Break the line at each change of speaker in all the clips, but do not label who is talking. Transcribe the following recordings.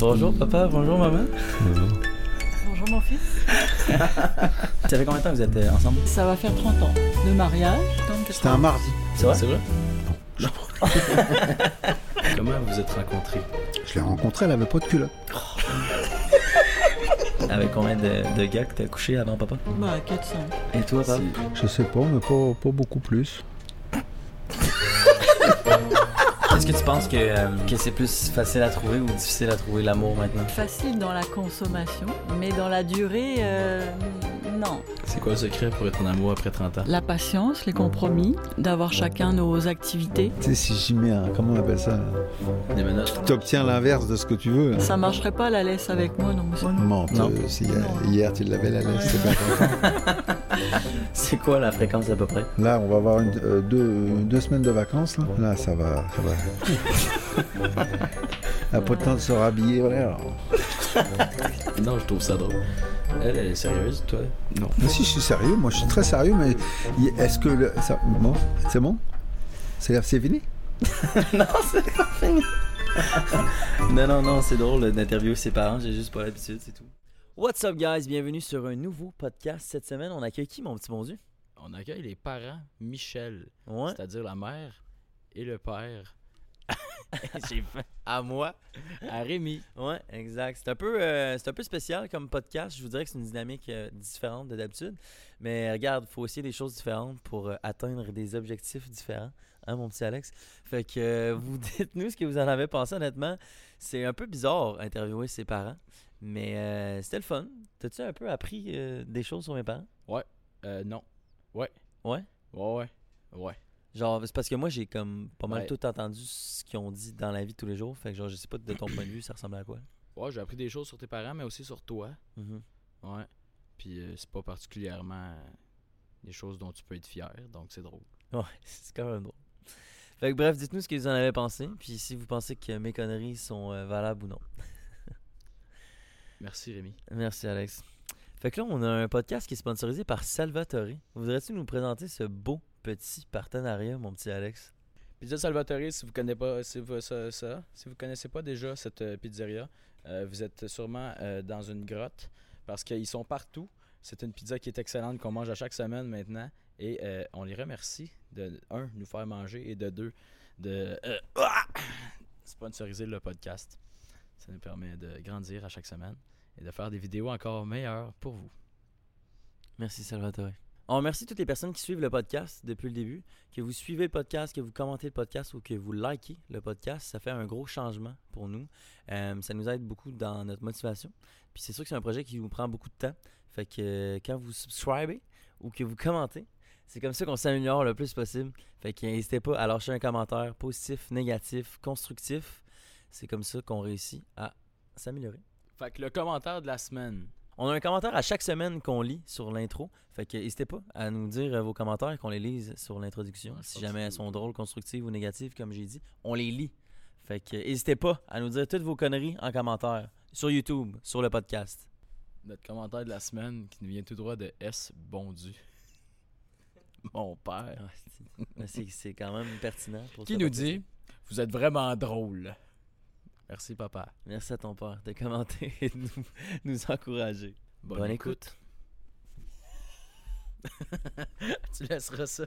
Bonjour papa, bonjour maman.
Bonjour mon fils.
Ça fait combien de temps que vous êtes euh, ensemble
Ça va faire 30 ans de mariage. Donc,
C'était un mardi.
C'est vrai
C'est vrai Comment vous êtes rencontrés
Je l'ai rencontré, elle avait pas de culotte.
Avec combien de, de gars que t'as couché avant papa
Bah, 400.
Et toi papa
Je sais pas, mais pas, pas beaucoup plus.
Est-ce que tu penses que, euh, que c'est plus facile à trouver ou difficile à trouver l'amour maintenant
Facile dans la consommation, mais dans la durée, euh, non.
C'est quoi le secret pour être en amour après 30 ans
La patience, les compromis, d'avoir chacun nos activités,
Tu sais, si j'y mets un. Comment on appelle ça là
Des menaces
T'obtiens l'inverse de ce que tu veux. là.
ça marcherait pas la laisse avec moi, non monsieur.
Non,
Non.
te- si, euh, hier tu l'avais la laisse, c'est pas grave.
C'est quoi la fréquence à peu près
Là, on va avoir une- euh, deux, deux semaines de vacances. Là, Là, ça va. Ça va. Elle a pas le temps de se rhabiller. Voilà, alors.
Non, je trouve ça drôle. Elle, elle est sérieuse, toi Non.
Mais si, je suis sérieux. Moi, je suis très sérieux. Mais y- est-ce que. le- ça- bon, c'est bon C'est c'est fini
Non, c'est pas fini Non, non, non, c'est drôle d'interviewer ses parents, j'ai juste pas l'habitude, c'est tout. What's up guys, bienvenue sur un nouveau podcast. Cette semaine, on accueille qui mon petit bon Dieu
On accueille les parents Michel,
Ouais.
c'est-à-dire la mère et le père. J'ai fait à moi, à Rémi.
Ouais, exact. C'est un, peu, euh, c'est un peu spécial comme podcast. Je vous dirais que c'est une dynamique euh, différente de d'habitude. Mais regarde, il faut essayer des choses différentes pour euh, atteindre des objectifs différents. Hein, mon petit Alex? Fait que euh, vous dites-nous ce que vous en avez pensé, honnêtement. C'est un peu bizarre interviewer ses parents. Mais euh, c'était le fun. T'as-tu un peu appris euh, des choses sur mes parents?
Euh, non. Ouais.
Ouais?
Ouais, ouais. Ouais.
Genre, c'est parce que moi, j'ai comme pas mal
Ouais.
tout entendu ce qu'ils ont dit dans la vie de tous les jours. Fait que genre, je sais pas de ton point de vue, ça ressemble à quoi?
Ouais, j'ai appris des choses sur tes parents, mais aussi sur toi.
Mhm.
Ouais. Puis euh, c'est pas particulièrement euh, des choses dont tu peux être fier, donc c'est drôle.
Ouais, c'est quand même drôle. Fait que bref, dites-nous ce que vous en avez pensé, puis si vous pensez que mes conneries sont euh, valables ou non.
Merci Rémi.
Merci Alex. Fait que là, on a un podcast qui est sponsorisé par Salvatore. Voudrais-tu nous présenter ce beau petit partenariat, mon petit Alex?
Pizza Salvatore, si vous connaissez pas, si vous, ça, ça, si vous connaissez pas déjà cette euh, pizzeria, euh, vous êtes sûrement euh, dans une grotte parce qu'ils sont partout. C'est une pizza qui est excellente qu'on mange à chaque semaine maintenant et euh, on les remercie de un nous faire manger et de deux de euh, sponsoriser le podcast. Ça nous permet de grandir à chaque semaine et de faire des vidéos encore meilleures pour vous.
Merci Salvatore. On remercie toutes les personnes qui suivent le podcast depuis le début, que vous suivez le podcast, que vous commentez le podcast ou que vous likez le podcast. Ça fait un gros changement pour nous. Euh, ça nous aide beaucoup dans notre motivation. Puis c'est sûr que c'est un projet qui vous prend beaucoup de temps. Fait que euh, quand vous subscribez ou que vous commentez, c'est comme ça qu'on s'améliore le plus possible. Fait que n'hésitez pas à lâcher un commentaire positif, négatif, constructif. C'est comme ça qu'on réussit à s'améliorer.
Fait que le commentaire de la semaine.
On a un commentaire à chaque semaine qu'on lit sur l'intro. Fait que n'hésitez pas à nous dire euh, vos commentaires et qu'on les lise sur l'introduction.
Ouais,
si
ça,
jamais
c'est
elles sont drôles, constructives ou négatives, comme j'ai dit, on les lit. Fait que euh, n'hésitez pas à nous dire toutes vos conneries en commentaire. Sur YouTube, sur le podcast.
Notre commentaire de la semaine qui nous vient tout droit de S. Bondu. Mon père.
Ah, c'est- mais c'est- c'est quand même pertinent. pour
Qui
ce
nous
podcast.
dit Vous êtes vraiment drôle. Merci, papa.
Merci à ton père de commenter et de nous, nous encourager. Bonne, écoute.
tu laisseras ça.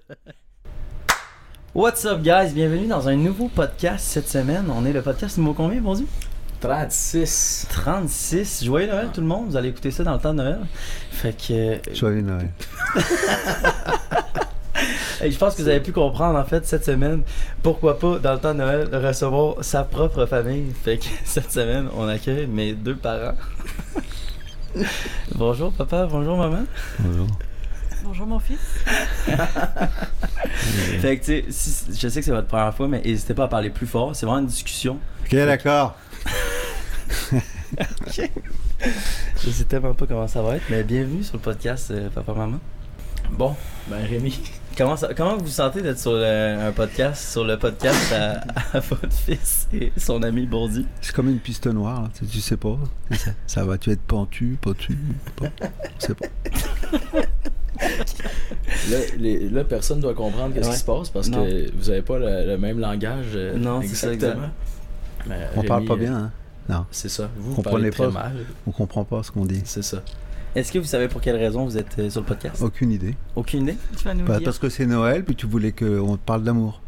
What's up, guys? Bienvenue dans un nouveau podcast cette semaine. On est le podcast numéro combien, bon Dieu?
36.
36. Joyeux Noël tout le monde, vous allez écouter ça dans le temps de Noël. Fait que euh,
Joyeux Noël.
hey, je pense que vous avez pu comprendre en fait cette semaine pourquoi pas dans le temps de Noël recevoir sa propre famille. Fait que cette semaine, on accueille mes deux parents. bonjour papa, bonjour maman.
Bonjour.
Bonjour mon fils.
Fait que tu sais, si- je sais que c'est votre première fois mais n'hésitez pas à parler plus fort, c'est vraiment une discussion.
Ok, d'accord.
Je sais tellement pas comment ça va être mais bienvenue sur le podcast euh, papa maman. Bon,
Ben, Rémi.
Comment, ça- comment vous vous sentez d'être sur le- un podcast, sur le podcast à, à votre fils et son ami Bourdi?
C'est comme une piste noire, là, tu, tu sais pas. Ça, ça va, tu vas être pentu, pentu, pas, tu sais pas.
Là, les- là, personne doit comprendre qu'est-ce
Ouais.
qui se passe parce
Non.
que vous avez pas le, le même langage. euh,
Non, c'est ça,
exactement. Mais,
On
Rémi,
parle pas
euh,
bien, hein. Non.
C'est ça. Vous, vous
Comprenez
parlez très
pas.
mal.
On comprend pas ce qu'on dit.
C'est ça.
Est-ce que vous savez pour quelle raison vous êtes euh, sur le podcast
Aucune idée.
Aucune idée
Tu vas nous
Pas-
dire.
parce que c'est Noël, puis tu voulais qu'on te parle d'amour.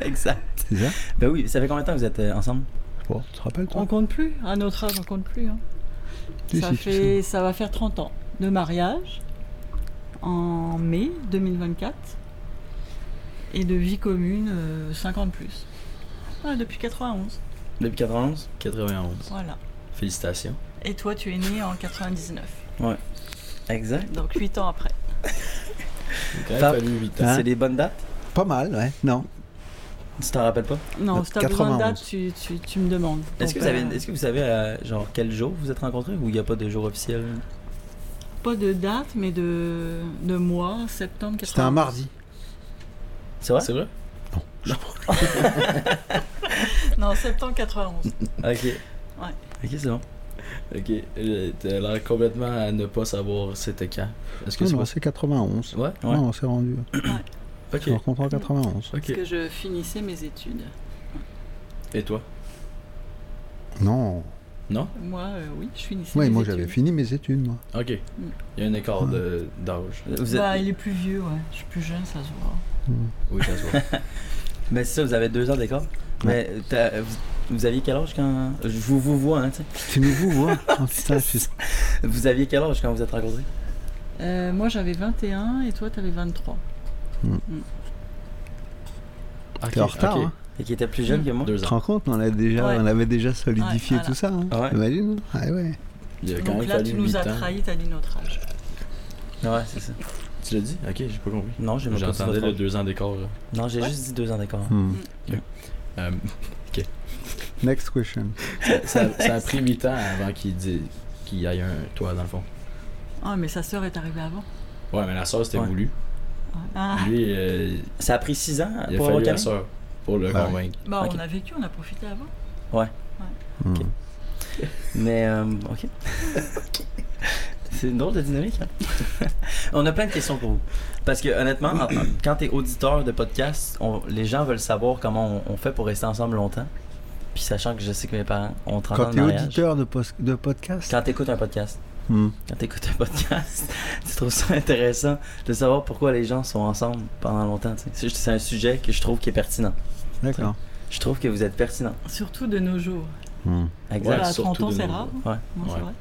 Exact.
C'est ça
Ben oui, ça fait combien de temps que vous êtes euh, ensemble
Bon, tu te rappelles
On
toi
compte plus. À notre âge, on compte plus. hein.
Si,
ça,
si, tu
fait, ça va faire 30 ans de mariage en mai 2024 et de vie commune euh, 50 plus. Ah, depuis 91.
Depuis 91
91.
Voilà.
Félicitations.
Et toi, tu es né en 99.
Exact.
Donc 8 ans après.
Il a
Fab.
fallu 8 ans.
Hein?
C'est des bonnes dates
sais. Pas mal, ouais. Non.
Tu t'en rappelles pas
Non, si t'as besoin de
91.
date, tu, tu- tu me demandes.
Est-ce
Ton
que vous savez,
père.
est-ce que vous savez euh, genre quel jour vous êtes rencontrés ou il n'y a pas de jour officiel
Pas de date, mais de, de mois, septembre 91.
C'était un mardi.
C'est vrai
C'est vrai?
Non, septembre 91.
Ok. Ouais. Ok, c'est bon.
Ok. Euh, T'as l'air complètement à ne pas savoir c'était quand. Est-ce que
Non,
c'est
non,
pas
c'est 91.
Ouais?
Ouais.
Non, on s'est rendu.
Ok.
On rencontre en 91.
Ok.
Parce que je finissais mes études.
Et toi?
Non.
Non?
Moi, euh, oui, je finissais
Oui,
mes
moi
études.
j'avais fini mes études, moi.
Ok.
Mm.
Il y a un écart de- d'âge.
Vous êtes...
Bah, il est plus vieux, ouais. Je suis plus jeune, ça se voit.
Oui, ça se voit.
Mais c'est ça, vous avez deux ans d'écart. Mais t'as- vous, vous aviez quel âge quand. Je vous, vous vois, hein, tu sais.
C'est nouveau, hein Oh, putain, je suis-
Vous aviez quel âge quand vous êtes rencontrés
Euh, moi, j'avais 21 et toi, t'avais 23.
T'es en retard,
ok.
hein.
Et qui était plus jeune que moi
Tu
Deux
te
ans.
rends compte, on, a déjà,
Ouais.
on avait déjà solidifié
Ouais, voilà.
tout ça. Hein.
Ouais.
T'imagines Ah ouais.
Il y a quand
Donc
même
là,
fallu
tu nous
huit hein.
as
ans.
trahis, t'as dit notre âge.
Ouais, c'est ça.
Tu l'as dit? Ok, j'ai pas compris.
Non, j'ai même pas dit
J'entendais
votre
le
âge.
deux Hum. ans d'écart. là.
Non, j'ai juste dit deux ans d'écart.
Hmm.
Euh,
Next question.
ça, ça a pris 8 ans avant qu'il dise- qu'il y ait un toi dans le fond.
Ah, mais sa sœur est arrivée avant.
Ouais, mais la soeur c'était
Ouais.
voulu.
Ah,
Lui, euh,
Ça a pris six ans
il a
pour Ben
fallu
avoir
la
Camille
soeur pour le
Bah oui.
convaincre.
bah,
Ok.
on a vécu, on a profité avant.
Hmm.
Ok. Mais, euh, ok. C'est une drôle de dynamique. hein. on a plein de questions pour vous. Parce que, honnêtement, en- quand t'es auditeur de podcast, on- les gens veulent savoir comment on, on fait pour rester ensemble longtemps. Puis, sachant que je sais que mes parents ont 30 ans
Quand
de
t'es
mariage.
auditeur de, pos- de podcast,
Quand t'écoutes un podcast,
hmm.
quand t'écoutes un podcast, tu trouves ça intéressant de savoir pourquoi les gens sont ensemble pendant longtemps. tu sais. C'est juste- C'est un sujet que je trouve qui est pertinent.
d'accord.
Je trouve que vous êtes pertinent.
Surtout de nos jours.
Hmm.
Exact.
Voilà, à
surtout
30 ans,
de
c'est
nos
rare.
jours. Ouais.
Non, c'est
Ouais.
vrai.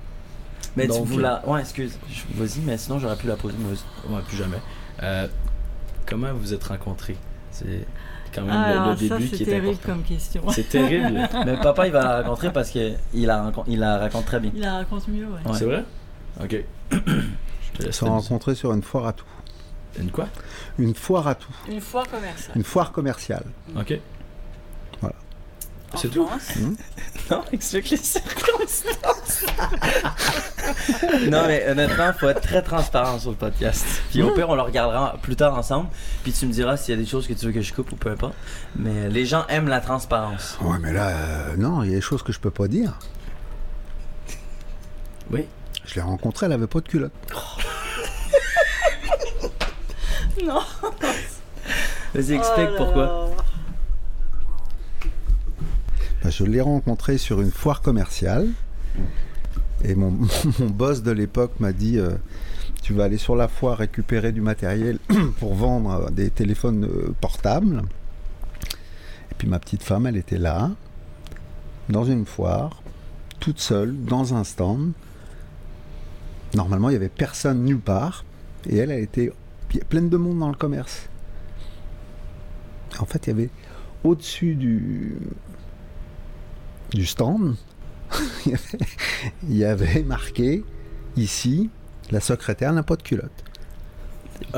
Mais
Donc,
tu vous
euh,
la. Ouais, excuse. Je- Vas-y, mais sinon j'aurais pu la poser. mais vas-y.
Ouais, plus jamais. Euh, comment vous vous êtes rencontrés C'est quand même
Ah,
le- le,
alors, ça,
début
c'est
qui est
terrible
important.
comme question.
C'est terrible.
Mais papa, il va la rencontrer parce qu'il la, rencon- il la raconte très bien.
Il la raconte mieux, ouais.
Ouais.
C'est vrai Ok. Je te
Ils se
laisse
sont rencontrés sur une foire à tout.
Une quoi
Une foire à tout.
Une fois commerciale.
Une foire commerciale.
Ok.
En
C'est tout
France.
Non, explique les circonstances. non, mais honnêtement, faut être très transparent sur le podcast. Puis au pire, on le regardera plus tard ensemble. Puis tu me diras s'il y a des choses que tu veux que je coupe ou peu importe. Mais les gens aiment la transparence.
Ouais, mais là, euh, non, il y a des choses que je peux pas dire.
Oui.
Je l'ai rencontrée, elle avait pas de culotte.
Non.
Vas-y, explique
Oh là
pourquoi.
là.
Bah, je l'ai rencontrée sur une foire commerciale. Et mon, mon boss de l'époque m'a dit euh, Tu vas aller sur la foire récupérer du matériel pour vendre euh, des téléphones euh, portables. Et puis ma petite femme, elle était là, dans une foire, toute seule, dans un stand. Normalement, il n'y avait personne nulle part. Et elle, elle était pleine de monde dans le commerce. En fait, il y avait au-dessus du, du stand, il y avait- il y avait marqué ici la secrétaire n'a pas de culotte.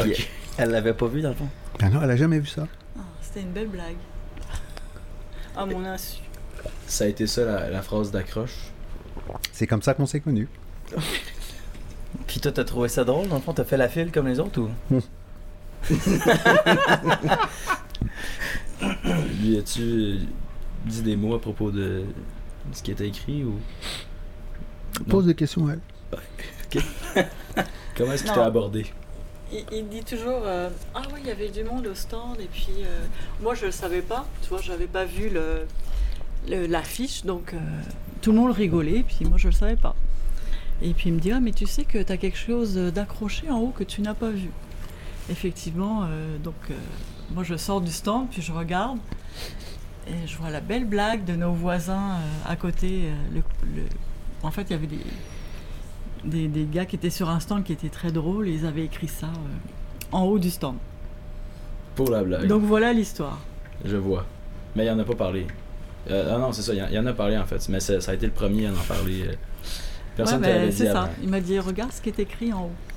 Puis,
Ok.
Elle l'avait pas vu dans le fond.
Ah non, elle a jamais vu ça.
Ah, C'était une belle blague. À mon insu.
Ça a été ça la, la phrase d'accroche.
C'est comme ça qu'on s'est connus.
Puis toi, t'as trouvé ça drôle dans le fond T'as fait la file comme les autres ou
Lui as-tu euh, dit des mots à propos de de ce qui était écrit ou
Pose des questions à elle.
comment est-ce qu'il
Non.
t'a abordé
Il, il dit toujours euh, Ah oui, il y avait du monde au stand, et puis euh, moi je le savais pas, tu vois, j'avais pas vu le, le- l'affiche, donc euh, tout le monde rigolait, puis moi je le savais pas. Et puis il me dit Ah, mais tu sais que tu as quelque chose d'accroché en haut que tu n'as pas vu. Effectivement, euh, donc euh, moi je sors du stand, puis je regarde, et je vois la belle blague de nos voisins euh, à côté. euh, le- le- En fait, il y avait des, des, des gars qui étaient sur un stand qui était très drôle, et ils avaient écrit ça euh, en haut du stand.
Pour la blague.
Donc voilà l'histoire.
Je vois. Mais il en a pas parlé. Euh, ah non, c'est ça, il y en- il y en a parlé en fait. Mais ça ça a été le premier à en parler. euh. Personne
Ouais,
ne te
ben,
l'avait dit
c'est ça.
avant.
Il m'a dit regarde ce qui est écrit en haut.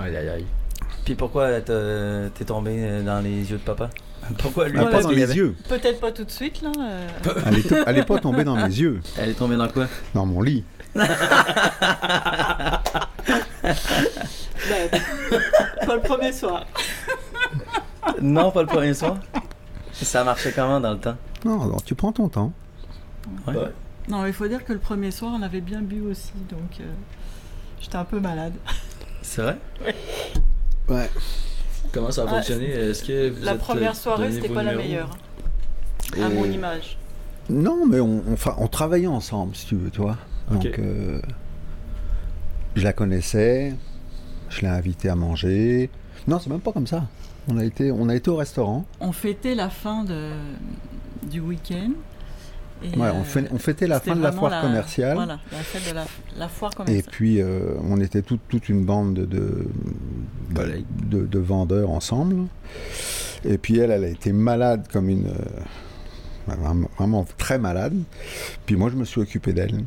Aïe aïe aïe.
Puis pourquoi t'as- t'es tombé dans les yeux de papa Pourquoi lui
Elle est pas
Parce
dans
qu'il y
mes
avait-
yeux.
Peut-être pas tout de suite là. euh,
Elle est, elle est pas tombée dans mes yeux.
Elle est tombée dans quoi
Dans mon lit.
ben, pas le premier soir.
Non, pas le premier soir. Ça marchait comment dans le temps
Non, alors tu prends ton temps.
Ouais.
Non, mais il faut dire que le premier soir, on avait bien bu aussi, donc euh, j'étais un peu malade.
C'est vrai
Ouais.
Comment ça a
Ouais,
fonctionné Est-ce que vous
Ah, La
êtes, euh,
première soirée,
donné
c'était
vos
pas la
numéros?
meilleure, hein,
Et-
à mon image.
Non, mais on, on, enfin, on travaillait ensemble, si tu veux, tu vois.
Ok.
Donc, euh, je la connaissais, je l'ai invitée à manger. Non, c'est même pas comme ça. On a été, on a été au restaurant.
On fêtait la fin de, du week-end. et,
Ouais,
euh,
on, fait- on fêtait la
c'était
fin de la
vraiment
foire commerciale.
Voilà, la fête de la, la foire
Et
commerciale.
puis, euh, on était tout- toute une bande de, de,
Collègues.
de- de vendeurs ensemble. Et puis, elle, elle a été malade comme une. euh, vraiment- vraiment très malade. Puis, moi, je me suis occupé d'elle.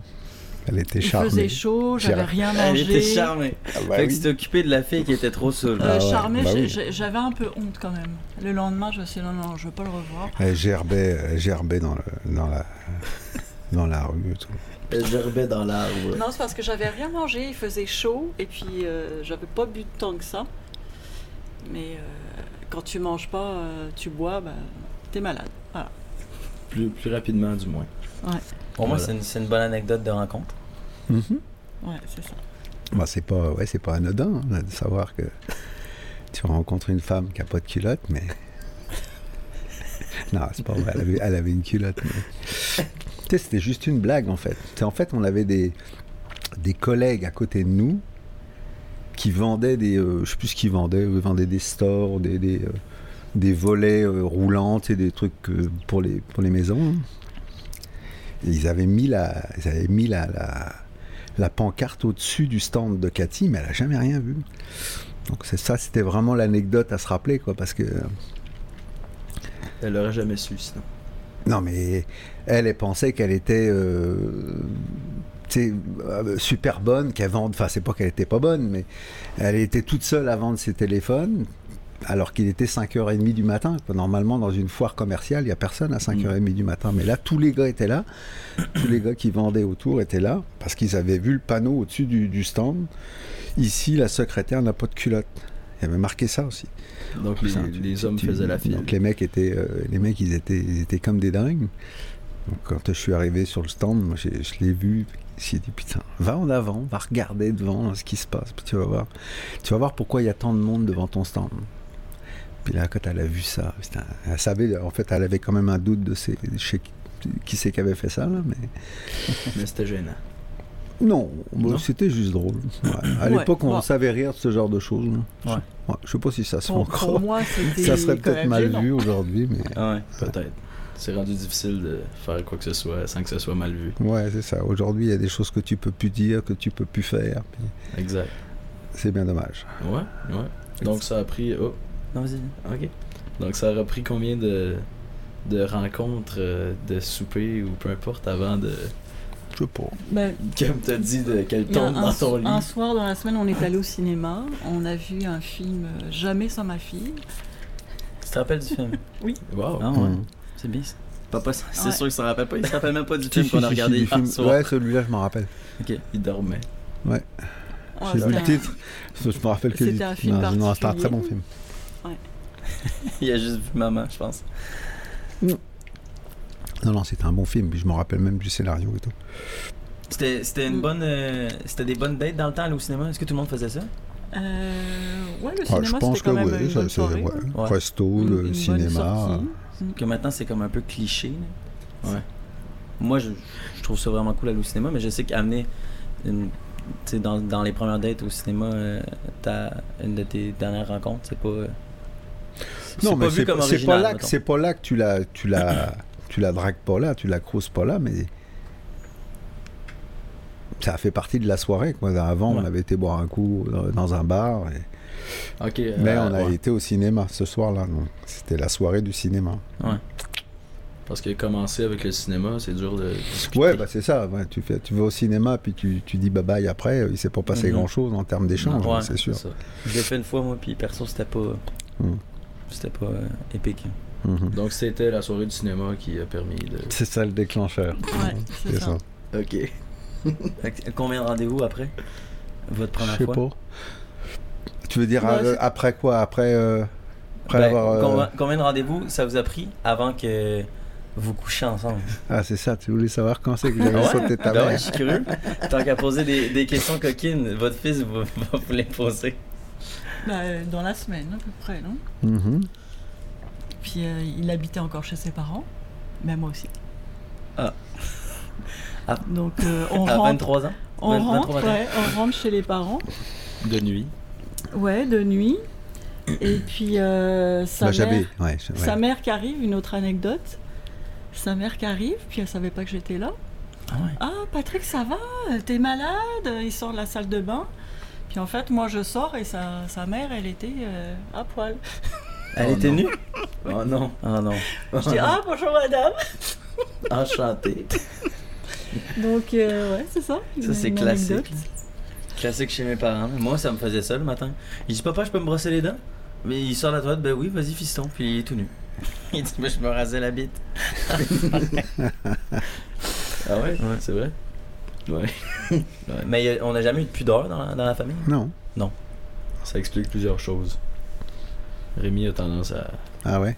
Elle était
Il
charmée.
faisait chaud, j'avais
J'ai-
rien
Elle
mangé.
était charmée.
Ah bah
fait que
oui.
tu t'es occupé de la fille qui était trop saoule.
Euh,
Ah ouais,
charmée,
bah
j'ai-
oui.
j'ai- j'avais un peu honte quand même. Le lendemain, je me suis dit non, non, je veux pas le revoir.
Elle gerbait, elle gerbait dans, le- dans la, dans la rue. et tout.
Elle gerbait dans l'arbre.
Non, c'est parce que j'avais rien mangé, il faisait chaud et puis euh, j'avais pas bu de tant que ça. Mais euh, quand tu manges pas, euh, tu bois, bah, t'es malade. Voilà.
Plus, plus rapidement, du moins.
Pour moi,
Voilà.
c'est une- c'est une, bonne anecdote de rencontre.
Ouais, c'est ça.
Bah, c'est pas, ouais, c'est pas anodin hein, de savoir que tu rencontres une femme qui a pas de culotte, mais non, c'est pas vrai. Elle avait, elle avait une culotte. mais- Tu sais, c'était juste une blague en fait. Tu sais, en fait, on avait des, des collègues à côté de nous qui vendaient des, euh, je sais plus ce qu'ils vendaient, ils vendaient des stores, des, des, euh, des volets euh, roulants, tu sais, des trucs euh, pour les, pour les maisons. hein. Et ils avaient mis la, ils avaient mis la- la, la pancarte au-dessus du stand de Cathy, mais elle a jamais rien vu. Donc c'est ça, c'était vraiment l'anecdote à se rappeler, quoi, parce que euh,
Elle l'aurait jamais su sinon.
non, mais elle, elle pensait qu'elle était euh, tu sais, euh, super bonne, qu'elle vende. Enfin, c'est pas qu'elle était pas bonne, mais elle était toute seule à vendre ses téléphones. Alors qu'il était 5h30 du matin. quoi. Normalement, dans une foire commerciale, il n'y a personne à 5h30 du matin. Mais là, tous les gars étaient là. Tous les gars qui vendaient autour étaient là. Parce qu'ils avaient vu le panneau au-dessus du, du stand. Ici, la secrétaire n'a pas de culotte. Il y avait marqué ça aussi.
Donc les,
Putain, tu-
les
tu-
hommes
tu-
faisaient la file.
Donc les mecs étaient, euh, les mecs ils étaient, ils étaient comme des dingues. Donc quand je suis arrivé sur le stand, moi, j'ai- je l'ai vu. J'ai dit putain, va en avant, va regarder devant hein, ce qui se passe, puis tu vas voir, tu vas voir pourquoi il y a tant de monde devant ton stand. Puis là quand elle a vu ça, putain, elle savait, en fait elle avait quand même un doute de ses, chez qui c'est qui avait fait ça là, mais
Mais c'était gênant.
non,
Non.
bon, c'était juste drôle. Ouais. À
Ouais,
l'époque on
bon. savait
savait rire de ce genre de choses. hein.
Ouais.
Ouais, je sais pas si ça se fait
Pour,
encore.
pour moi, c'était.
ça serait
quand
peut-être
même
mal
gênant.
vu aujourd'hui, mais
Ah ouais.
Peut-être. C'est rendu difficile de faire quoi que ce soit sans que ce soit mal vu.
Ouais, c'est ça. Aujourd'hui, il y a des choses que tu peux plus dire, que tu peux plus faire. puis
Exact.
C'est bien dommage.
Ouais, ouais. Donc ça a pris. Oh,
Non, vas-y.
ok. Donc ça a pris combien de, de rencontres, euh, de soupers ou peu importe avant de.
Je sais pas.
Ben,
Comme t'as dit, de qu'elle
il y a
tombe
un,
dans ton lit.
un soir dans la semaine, on est allé au cinéma. On a vu un film euh, Jamais sans ma fille.
Tu te rappelles du film
Wow.
Ah ouais.
Mm.
C'est bien. ça. Papa, c'est
Ouais.
sûr qu'il s'en rappelle pas. Il se rappelle même pas du
Si,
film
si,
qu'on
si,
a
si,
regardé
du
hier
film.
soir.
Ouais, celui-là, je m'en rappelle.
Il dormait.
Ouais,
J'ai vu
c'était
le
un-
titre. Je me rappelle que
C'était
du-
un film
Non, non, c'était un
particulier.
très bon film.
Il a juste vu maman, je pense.
Non, non, c'était un bon film. Puis je me rappelle même du scénario et tout.
C'était c'était une
Mm.
bonne. euh, c'était des bonnes dates dans le temps, aller au cinéma. Est-ce que tout le monde faisait ça
Euh, ouais, le
Ouais,
cinéma,
je
c'était
pense que
quand même
oui.
une
ça,
bonne
c'est-
soirée.
ouais.
ouais.
Ouais.
Resto,
Une-
le
une bonne
cinéma. hein.
sortie.
Que maintenant, c'est comme un peu cliché. là. Moi, je, je trouve ça vraiment cool aller au cinéma, mais je sais qu'amener une. tu sais, dans, dans les premières dates au cinéma, euh, ta- une de tes dernières rencontres, c'est pas. euh, c'est
Non,
pas
mais
vu
c'est
comme
pas, c'est pas
original,
là que
mettons.
c'est pas là que tu la tu la tu la dragues pas là, tu la creuses pas là, mais ça fait partie de la soirée. Quoi. Avant, on
Ouais. Euh,
avait été boire un coup dans- dans un bar, et-
Ok.
mais
euh,
on a
ouais.
été au cinéma ce soir-là. donc C'était la soirée du cinéma.
Parce que commencer avec le cinéma, c'est dur de discuter.
Ouais, bah c'est ça. ouais, tu fais, tu vas au cinéma puis tu, tu dis bye bye après. euh, Il s'est pas passé
Mhm.
grand chose en termes d'échange,
Ouais,
hein, c'est sûr.
ça.
Je l'ai fait une fois, moi, puis perso, c'était pas. euh,
Mm.
C'était pas euh, épique.
Mhm.
Donc c'était la soirée du cinéma qui a permis de.
C'est ça le déclencheur.
Ouais, c'est
C'est
ça.
ça.
Ok.
Fait que Combien de rendez-vous après Votre
Je
première
sais
fois
pas. Tu veux dire
Ouais,
euh,
c'est-
après quoi Après, euh, après
Ben,
avoir. euh,
combien, combien de rendez-vous ça vous a pris avant que vous couchiez ensemble
Ah, c'est ça. Tu voulais savoir quand c'est que j'avais
Ah ouais?
sauté ta
Ben ouais,
mère.
je suis curieux. Tant qu'à poser des, des questions coquines, votre fils va, va vous les poser.
Bah, euh, dans la semaine, à peu près, non
Mhm.
Puis euh, il habitait encore chez ses parents, mais moi aussi.
Ah. Ah.
Donc euh, on
À
rentre,
23 ans
on
20,
rentre,
23,
ouais, on rentre chez les parents,
De nuit.
ouais, de nuit. Et puis euh, sa
Bah,
mère,
j'avais. Ouais, je- ouais.
sa mère qui arrive, une autre anecdote. Sa mère qui arrive, puis elle savait pas que j'étais là.
Ah ouais.
Ah Patrick, ça va T'es malade Il sort de la salle de bain. Puis en fait, moi je sors et sa, sa mère, elle était euh, à poil.
Elle
Oh
était
non.
nue Oh non. Oh non.
Je dis ah bonjour madame.
Enchanté.
Donc euh, ouais, c'est ça.
Ça,
une-
c'est
une
classique.
anecdote.
Classique chez mes parents. Moi, ça me faisait ça le matin. Il dit Papa, je peux me brosser les dents Mais il sort la toilette, ben oui, vas-y, fiston. Puis il est tout nu. Il dit Mais je me rasais la bite.
Ah ouais,
Ouais.
C'est vrai? Ouais.
Mais euh, on n'a jamais eu de pudeur dans la, dans la famille
Non.
Ça explique plusieurs choses. Rémi a tendance à.
Ah ouais.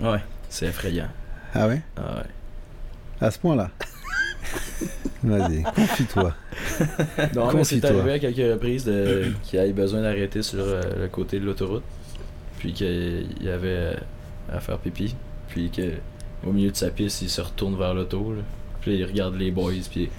Ouais.
C'est effrayant.
Ah ouais.
Ah ouais.
À ce point-là. Vas-y, confie-toi.
Non, mais c'est
Confie-toi.
arrivé à quelques reprises de... qu'il ait besoin d'arrêter sur euh, le côté de l'autoroute, puis qu'il y avait euh, à faire pipi, puis que au milieu de sa piste, il se retourne vers l'auto, là. puis là, il regarde les boys, puis...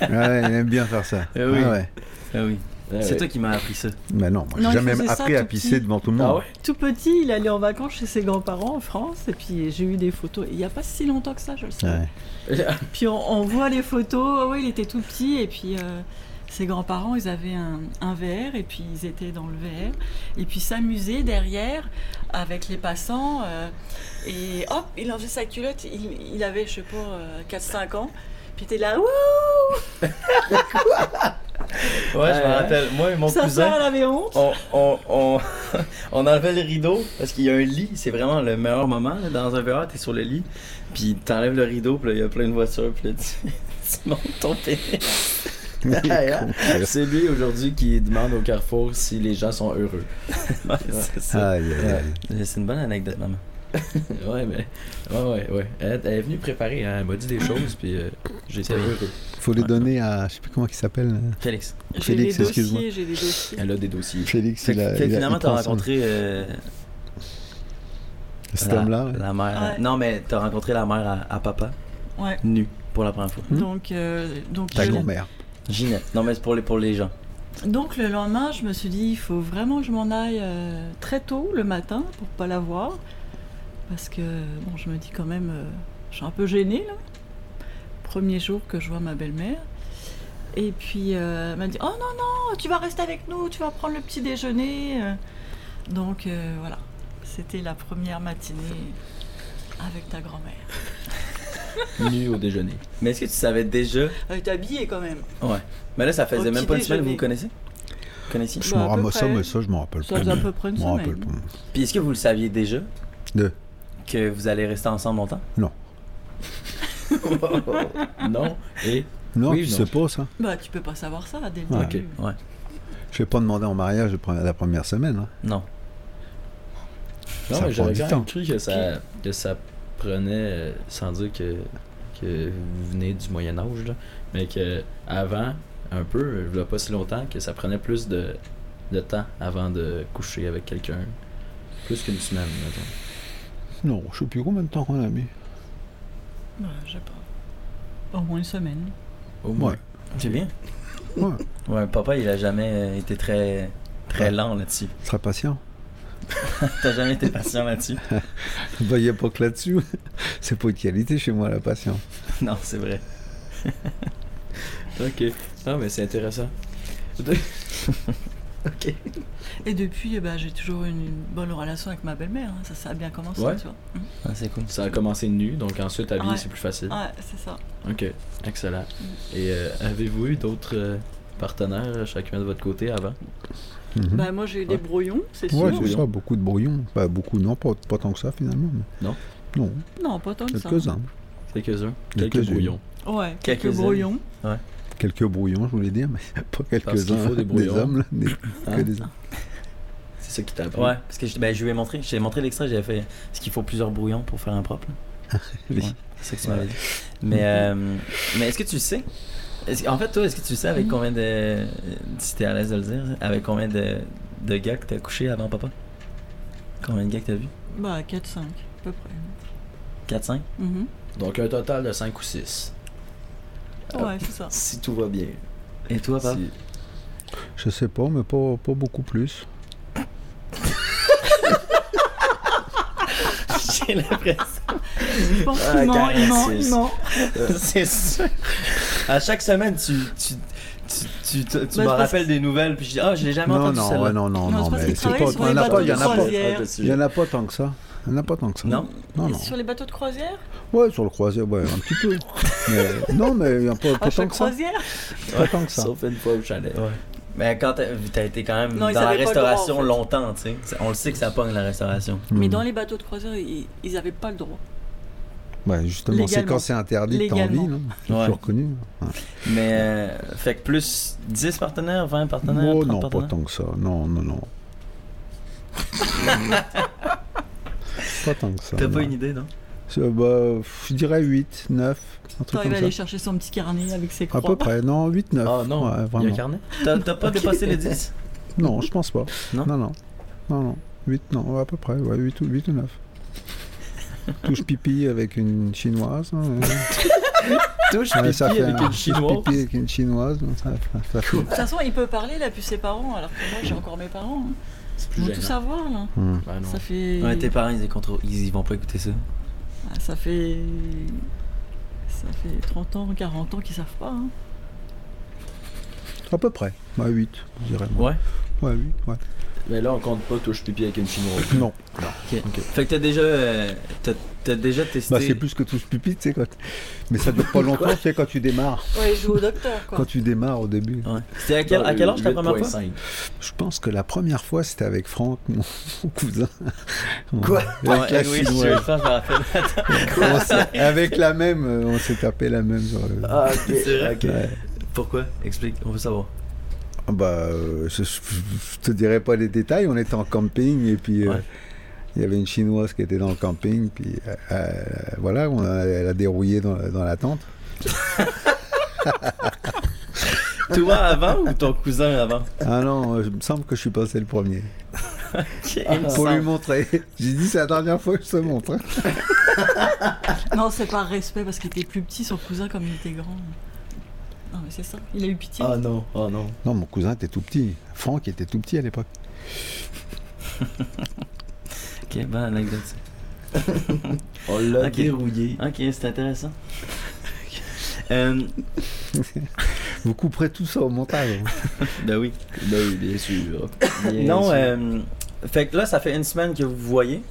Ah ouais, il aime bien faire ça.
Eh oui.
Ah ouais.
Ah oui.
Ah
C'est
ouais.
toi qui m'as appris ça.
Mais non, moi,
Non,
j'ai
il
jamais
faisait ça
appris à
tout
pisser
petit.
devant tout le
Ah
monde.
ouais?
Tout petit, il allait en vacances chez ses grands-parents en France, et puis j'ai eu des photos. Il n'y a pas si longtemps que ça, je le sais.
Ouais.
Puis on, on voit les photos, Ah ouais, il était tout petit, et puis euh, ses grands-parents, ils avaient un, un verre, et puis ils étaient dans le verre, et puis s'amusaient derrière avec les passants, euh, et hop, il enlevait sa culotte, il, il avait, je sais pas, euh, 4-5 ans, puis il était là, wouh
Ouais, je me
Euh,
Ouais.
rappelle. Moi et mon
Sa
cousin.
soeur, elle avait honte
on, on, on, on enlevait le rideau parce qu'il y a un lit, c'est vraiment le meilleur moment. là, dans un VR, t'es sur le lit, puis t'enlèves le rideau, puis là, il y a plein de voitures, puis là, tu, tu montes ton pénis. hein?
D'ailleurs, C'est lui aujourd'hui qui demande au carrefour si les gens sont heureux.
Ouais, c'est ça.
Aïe, aïe, aïe.
Euh, C'est une bonne anecdote, maman.
ouais, mais. Ouais, ouais, ouais. Elle, elle est venue préparer, hein. elle m'a dit des choses, puis euh, j'étais
C'est vrai.
heureux.
Faut
Ah,
les donner à. Je sais plus comment il s'appelle. euh,
Félix.
J'ai des
Félix, excuse-moi.
dossiers, j'ai des dossiers.
Elle a des dossiers.
Félix,
Fait,
il a.
que- fait que
il a-
finalement,
il
t'as
prend son-
rencontré euh,
Cet
la,
homme-là. ouais.
la mère.
Ouais.
Non, mais t'as rencontré la mère à, à papa,
Ouais.
nue, pour la première fois.
Hmm.
Donc, euh, donc
Ta
je-
grand-mère.
Ginette. Non, mais c'est pour les, pour les gens.
Donc le lendemain, je me suis dit, il faut vraiment que je m'en aille euh, très tôt le matin pour pas la voir. Parce que, bon, je me dis quand même, euh, je suis un peu gênée là. Premier jour que je vois ma belle-mère. Et puis euh, elle m'a dit, oh non, non, tu vas rester avec nous, tu vas prendre le petit déjeuner. euh. Donc euh, voilà, c'était la première matinée avec ta grand-mère.
Nus au déjeuner.
Mais est-ce que tu savais déjà.
Elle était habillée quand même.
Mais là, ça faisait
Au
même
petit
pas une semaine que vous
déjeuner.
vous connaissez Vous connaissiez
Je
Bah,
me
à peu
rappelle ça,
près.
mais ça, je m'en rappelle
Ça
pas.
faisait à peu près une
Je m'en rappelle
semaine.
pas.
Puis est-ce que vous le saviez déjà
De.
Que vous allez rester ensemble longtemps
Non, et.
Non,
Oui,
je
non.
sais pas ça.
Bah tu peux pas savoir ça dès le
Ouais.
début.
Ouais.
Je vais pas demander en mariage le pre- la première semaine. hein.
Non.
Non,
Ça
mais
prend
j'avais
du
quand
temps.
même cru que ça, que ça prenait, euh, sans dire que, que vous venez du Moyen-Âge, là, mais que avant, un peu, euh, il y a pas si longtemps, que ça prenait plus de, de temps avant de coucher avec quelqu'un. Plus qu'une semaine, mettons.
Non, je sais plus combien de temps qu'on a mis.
Ouais, je sais pas. au moins une semaine.
Au
moins.
C'est bien.
Ouais.
Ouais, papa, il a jamais euh, été très, très
Ouais.
lent là-dessus.
Très patient.
T'as jamais été patient là-dessus.
Veuillez pas que là-dessus. C'est pas une qualité chez moi, la patience.
non, c'est vrai.
Ok. Non, mais c'est intéressant. ok.
Et depuis, eh ben, j'ai toujours une, une bonne relation avec ma belle-mère. hein. Ça, ça a bien commencé,
Ouais.
tu vois.
Ah, c'est cool.
Ça a commencé nu, donc ensuite, à vie,
Ouais.
c'est plus facile.
Ouais, c'est ça.
Ok, excellent. Et euh, avez-vous eu d'autres euh, partenaires euh, chacun de votre côté avant
Mhm.
Ben, moi, j'ai eu des
Ouais.
brouillons, c'est
ouais,
sûr.
c'est ça, beaucoup de brouillons. Bah, beaucoup, non, pas, pas tant que ça finalement. mais-
Non.
Non,
Non, pas tant que ça.
quelques-uns.
Quelques-uns Quelques,
Quelques-unes.
brouillons.
Ouais, quelques,
Quelques-unes.
brouillons.
Quelques brouillons, je voulais dire, mais pas
Parce qu'il
quelques-uns.
faut des brouillons.
hommes, là, des-
Hein?
que des hommes.
C'est ça qui t'a appris.
Ouais, parce que je, ben, je lui ai montré, je t'ai montré l'extrait, j'avais fait ce qu'il faut plusieurs brouillons pour faire un propre. là.
Ah, Oui.
Ouais, c'est ça que tu m'avais dit. Mais, euh, mais est-ce que tu le sais Est-ce- En fait, toi, est-ce que tu le sais
Mm-hmm.
avec combien de. euh, Si t'es à l'aise de le dire, avec combien de, de gars que t'as couché avant papa Combien de gars que t'as vu
Bah, 4-5, à peu près.
4-5
Mhm.
Donc un total de 5 ou 6.
Ah.
Ouais, c'est ça.
Si tout va bien.
Et toi, papa
Si-
Je sais pas, mais pas, pas beaucoup plus.
J'ai l'impression.
Je pense
Ah,
qu'il ment, il ment,
caractère,
il
c'est-
ment.
c'est sûr. À chaque semaine, tu. tu tu, tu, tu, tu
Bah,
me
c'est parce
rappelles des nouvelles, puis je dis Ah, je l'ai jamais
Non,
entendu
non,
celle-là.
ouais, non,
Non,
non, non,
c'est parce
mais
qu'il
c'est
travaille
pas.
sur
Il
les
y en a
bateaux
pas, il y
de
en a pas.
croisière.
Il y en a pas tant que ça. Il y en a pas tant que ça.
Non?
Non, non.
Sur les bateaux de croisière
Ouais, sur le croisière, ouais, un petit peu. mais, non, mais il y en a pas, pas
À
tant
chaque
que ça.
croisière
Pas tant que ça.
Sauf une fois au chalet.
Ouais. Mais quand t'as t'as été quand même
Non, ils
dans la
avaient pas le droit,
restauration
en fait.
longtemps, tu sais. C'est- On le sait que ça pogne la restauration.
Mais
Mm.
dans les bateaux de croisière, ils ils avaient pas le droit.
Ouais, Bah, justement, c'est
Légalement.
quand c'est interdit que t'as envie,
Légalement.
non Je
Ouais.
suis reconnu.
Mais euh, fait que plus 10 partenaires, 20 partenaires,
Oh
30
non, pas
partenaires.
tant que ça. Non, non, non. pas tant que ça.
T'as
non.
pas une idée, non
C'est- bah, je dirais 8, 9, un truc
Quand il
comme
va
ça.
aller chercher son petit carnet avec ses
À
croix.
peu près, non, 8, 9.
Ah non,
ouais,
il y a
vraiment.
un carnet
T'as t'as pas dépassé les 10
Non, je pense pas.
Non
non, non. Non, non. 8, non, ouais, à peu près, ouais, 8, ou, 8 ou 9. Touche pipi avec une chinoise. hein, ouais.
Touche
Ouais,
pipi
ça fait
avec
un
une chinoise.
touche pipi avec une chinoise. Ça, ça fait...
De toute façon, il peut parler là, puis ses parents, alors que moi j'ai encore mes parents. hein.
C'est
Ils
plus
vont tout
gênant.
savoir là.
Hmm.
Ah non.
Ça fait.
Ouais, tes parents, ils, les contrôlent- ils, ils vont pas écouter ça.
Ah, Ça fait. Ça fait 30 ans, 40 ans qu'ils savent pas. hein.
À peu près. Ouais, 8, je dirais. moi.
Ouais.
Ouais, 8, ouais.
Mais là, on compte pas touche pipi avec une chinoise.
Non.
Fait que t'as déjà, euh, t'as- t'as déjà testé.
Bah, c'est plus que touche pipi, tu sais, quand... Mais ça dure pas longtemps, tu sais, quand tu démarres.
Ouais, ils jouent au docteur quoi.
Quand tu démarres au début.
Ouais. C'était à quel, à quel âge ta première fois
Je pense que la première fois, c'était avec Franck, mon mon cousin.
Quoi
Avec la
oui, je
chinoise.
je me rappelle.
On s'est- avec la même, euh, on s'est tapé la même. sur le-
Ah, ok. C'est vrai.
Ouais.
Pourquoi Explique, on veut savoir.
Bah, euh, je, je- je te dirai pas les détails. On était en camping et puis euh,
Ouais.
il y avait une chinoise qui était dans le camping. Puis euh, euh, voilà, on a- elle a dérouillé dans, dans la tente.
Toi avant ou ton cousin avant
Ah non, euh, il me semble que je suis passé le premier.
Ok,
Pour lui montrer. J'ai dit, c'est la dernière fois que je te montre. hein.
Non, c'est par respect parce qu'il était plus petit, son cousin, comme il était grand. Non, mais c'est ça. Il a eu pitié.
Ah non, ah non.
Non, mon cousin était tout petit. Franck était tout petit à l'époque.
Ok, bonne anecdote. ça.
On l'a
Ok.
dérouillé.
Ok, c'est intéressant. Euh,
Vous couperez tout ça au montage. hein.
ben oui.
Ben oui, bien sûr. Bien
non,
sûr.
euh, fait que là, ça fait une semaine que vous vous voyez.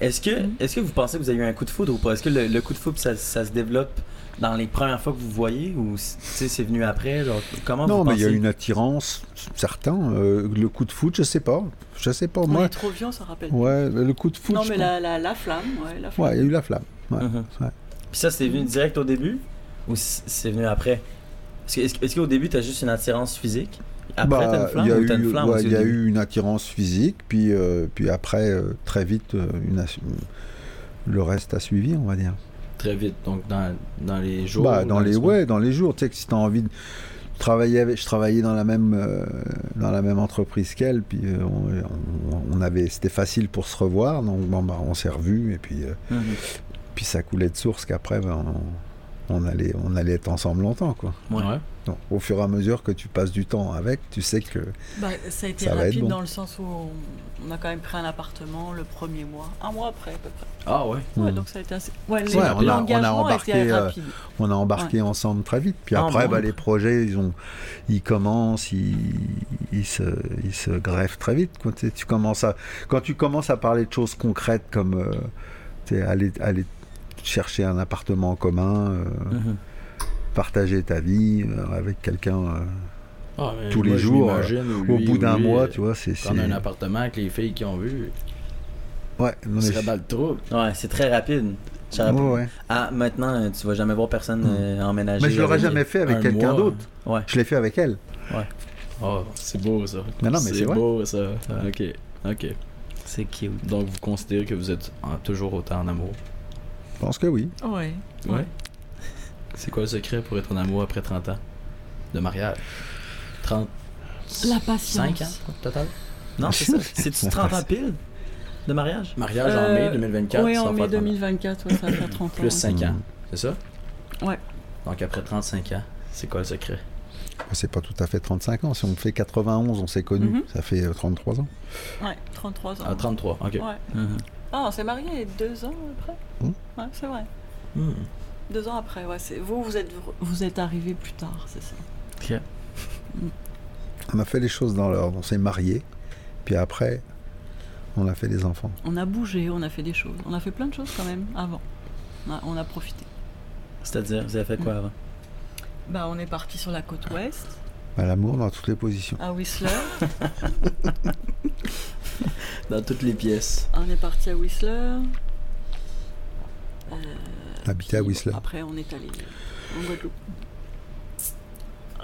Est-ce que,
Mhm.
est-ce que vous pensez que vous avez eu un coup de foudre ou pas Est-ce que le, le coup de foudre, ça, ça se développe dans les premières fois que vous vous voyez ou c- tu sais, c'est venu après genre, Comment
Non,
vous
mais il y a
pensez?
une attirance, certain. Euh, le coup de foot, je sais pas. Je sais pas.
On
Moi,
est trop vieux, on s'en rappelle.
ouais, le coup de foot.
non,
je
mais
pense-
la, la, la flamme, ouais, la flamme.
Ouais, il y a eu la flamme. Ouais,
Mhm.
ouais.
Puis ça, c'est venu direct au début ou c- c'est venu après Est-ce que- Est-ce que- est-ce qu'au début, tu as juste une attirance physique Après,
Bah,
t'as une flamme
il y a
ou t'as
eu-
une flamme
ouais,
aussi au
Il y a
début?
eu une attirance physique, puis, euh, puis après, euh, très vite, euh, une ass- le reste a suivi, on va dire.
Très vite, donc dans, dans les jours.
Bah,
ou
dans, les,
semaines?
ouais, dans les jours, tu sais que si tu as envie de travailler avec, je travaillais dans la même euh, dans la même entreprise qu'elle puis euh, on, on- on avait c'était facile pour se revoir donc bon, bah, on s'est revus et puis euh,
Mhm.
puis ça coulait de source qu'après ben, on- on allait, on allait être ensemble longtemps, quoi.
Ouais.
Donc, au fur et à mesure que tu passes du temps avec, tu sais que
Bah, ça a été
Ça va être
rapide
bon.
dans le sens où on, on a quand même pris un appartement le premier mois, un mois après à peu près.
Ah ouais.
Ouais,
Hmm.
donc ça a été assez. Ouais,
C'est vrai, on a- on a
l'engagement
embarqué,
été
euh,
rapide.
on a embarqué ensemble très vite. Puis
Ah,
après,
bon.
bah, les projets, ils, ont, ils commencent, ils, ils se, ils se greffent très vite. Quand tu, tu commences à, quand tu commences à parler de choses concrètes comme euh, tu sais, aller, aller chercher un appartement en commun, euh,
Mhm.
partager ta vie euh, avec quelqu'un euh,
Ah, mais
Tous les
moi, je
jours,
m'imagine où
au
lui-
bout
où
d'un
lui,
mois,
euh,
tu vois, c'est... c'est-
Prendre un appartement avec les filles qui ont vu,
Ouais, non,
on
mais
serait
c'est-
dans le trouble.
Ouais, c'est très rapide. Ça
ouais,
rapide.
ouais.
Ah, maintenant, euh, tu vas jamais voir personne euh, emménager.
Mais je l'aurais
avec-
jamais fait avec
un
quelqu'un
mois.
d'autre.
Ouais.
Je l'ai fait avec elle.
Oh, c'est beau ça.
Mais non, mais c'est
c'est
vrai.
beau ça.
C'est vrai.
Ok, ok.
C'est cute.
Donc vous considérez que vous êtes en- toujours autant en amour.
Je pense que oui.
Ouais.
Ouais. C'est quoi le secret pour être en amour après 30 ans de mariage 30
La patience.
5 ans au total
Non, c'est ça. C'est-tu 30 ans pile de mariage?
Mariage en
Euh,
mai 2024.
ouais, en
sans
mai
faire 30 ans.
2024, ouais, ça fait 30 ans.
Plus 5 ans,
Mhm.
c'est ça
Ouais.
Donc après 35 ans, c'est quoi le secret
C'est pas tout à fait 35 ans. Si on fait 91, on s'est connus.
Mhm.
Ça fait euh, 33 ans.
Ouais, 33 ans.
À 33, Ah, ok.
Ouais.
Mhm.
Ah, on s'est mariés deux ans après
Hmm.
Ouais, c'est vrai.
Hmm.
Deux ans après, ouais. c'est- Vous, vous êtes, vous êtes arrivés plus tard, c'est ça
On a fait les choses dans l'ordre. On s'est mariés. Puis après, on a fait des enfants.
On a bougé, on a fait des choses. On a fait plein de choses quand même avant. On a, on a profité.
C'est-à-dire, vous avez fait quoi avant?
Bah, on est parti sur la côte ouest,
À Bah, l'amour dans toutes les positions.
à Whistler.
Dans toutes les pièces.
on est parti à Whistler. Euh,
Habité à
puis,
Whistler.
Après, on est allé en Guadeloupe.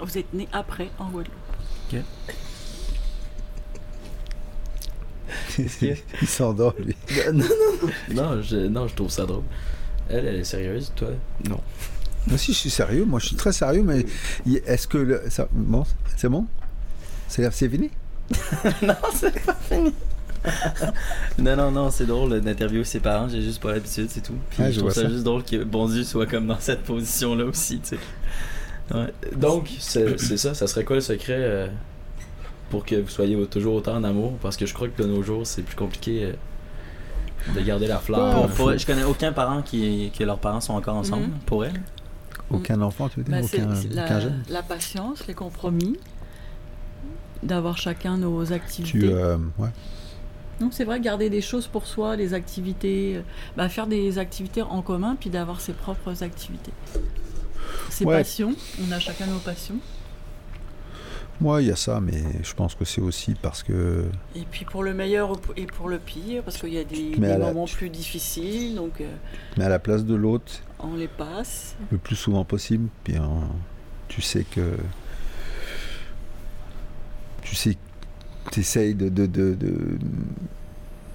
Vous êtes né après en Guadeloupe.
Il s'endort, lui.
non, non, non, je, non, je trouve ça drôle. Elle, elle est sérieuse, toi Non.
Moi aussi, je suis sérieux. Moi, je suis très sérieux. Mais y- est-ce que. le- ça- bon, c'est bon C'est c'est fini
Mm.
non, c'est pas fini. non, non, non, c'est drôle d'interviewer ses parents, j'ai juste pas l'habitude, c'est tout. Puis
Ah,
je
je
trouve
vois
ça,
ça.
juste drôle que bon Dieu soit comme dans cette position-là aussi, tu sais. Ouais.
Donc, c'est c'est ça, ça serait quoi le secret euh, pour que vous soyez au- toujours autant en amour Parce que je crois que de nos jours, c'est plus compliqué euh, de garder la
Ah,
flamme.
Pour- pour- je connais aucun parent qui que leurs parents sont encore ensemble,
Mhm.
pour elle.
Aucun enfant, tu veux dire
Bah, c'est-
Aucun,
c'est la,
aucun jeune
la patience, les compromis, d'avoir chacun nos activités.
Tu. euh, ouais.
Non, c'est vrai, garder des choses pour soi, les activités, euh, bah, faire des activités en commun, puis d'avoir ses propres activités. Ses
Ouais.
passions, on a chacun nos passions.
Moi, il y a ça, mais je pense que c'est aussi parce que.
Et puis pour le meilleur ou p- et pour le pire, parce qu'il y a des,
te mets
des
à la-
moments plus difficiles, donc euh,
Mais à la place de l'autre,
on les passe.
le plus souvent possible. Puis en- tu sais que. Tu sais tu essayes de, de, de, de,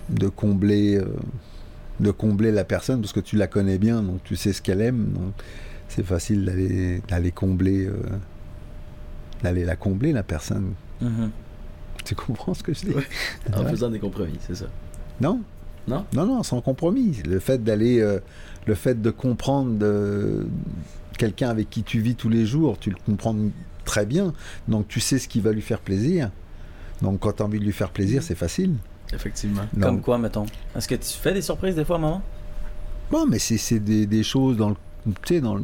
de combler, euh, de combler la personne parce que tu la connais bien, donc tu sais ce qu'elle aime. Donc c'est facile d'aller, d'aller combler. euh, d'aller la combler, la personne. Mhm. Tu comprends ce que je dis
Ouais. En
Ouais.
faisant des compromis, c'est ça.
Non
Non
Non, non, sans compromis. Le fait d'aller. euh, le fait de comprendre euh, quelqu'un avec qui tu vis tous les jours, tu le comprends très bien. Donc tu sais ce qui va lui faire plaisir. Donc quand tu as envie de lui faire plaisir, c'est facile.
Effectivement.
Comme
Donc-
quoi, mettons. Est-ce que tu fais des surprises des fois, maman
Bon, mais c'est c'est des, des choses dans le, tu sais, dans le,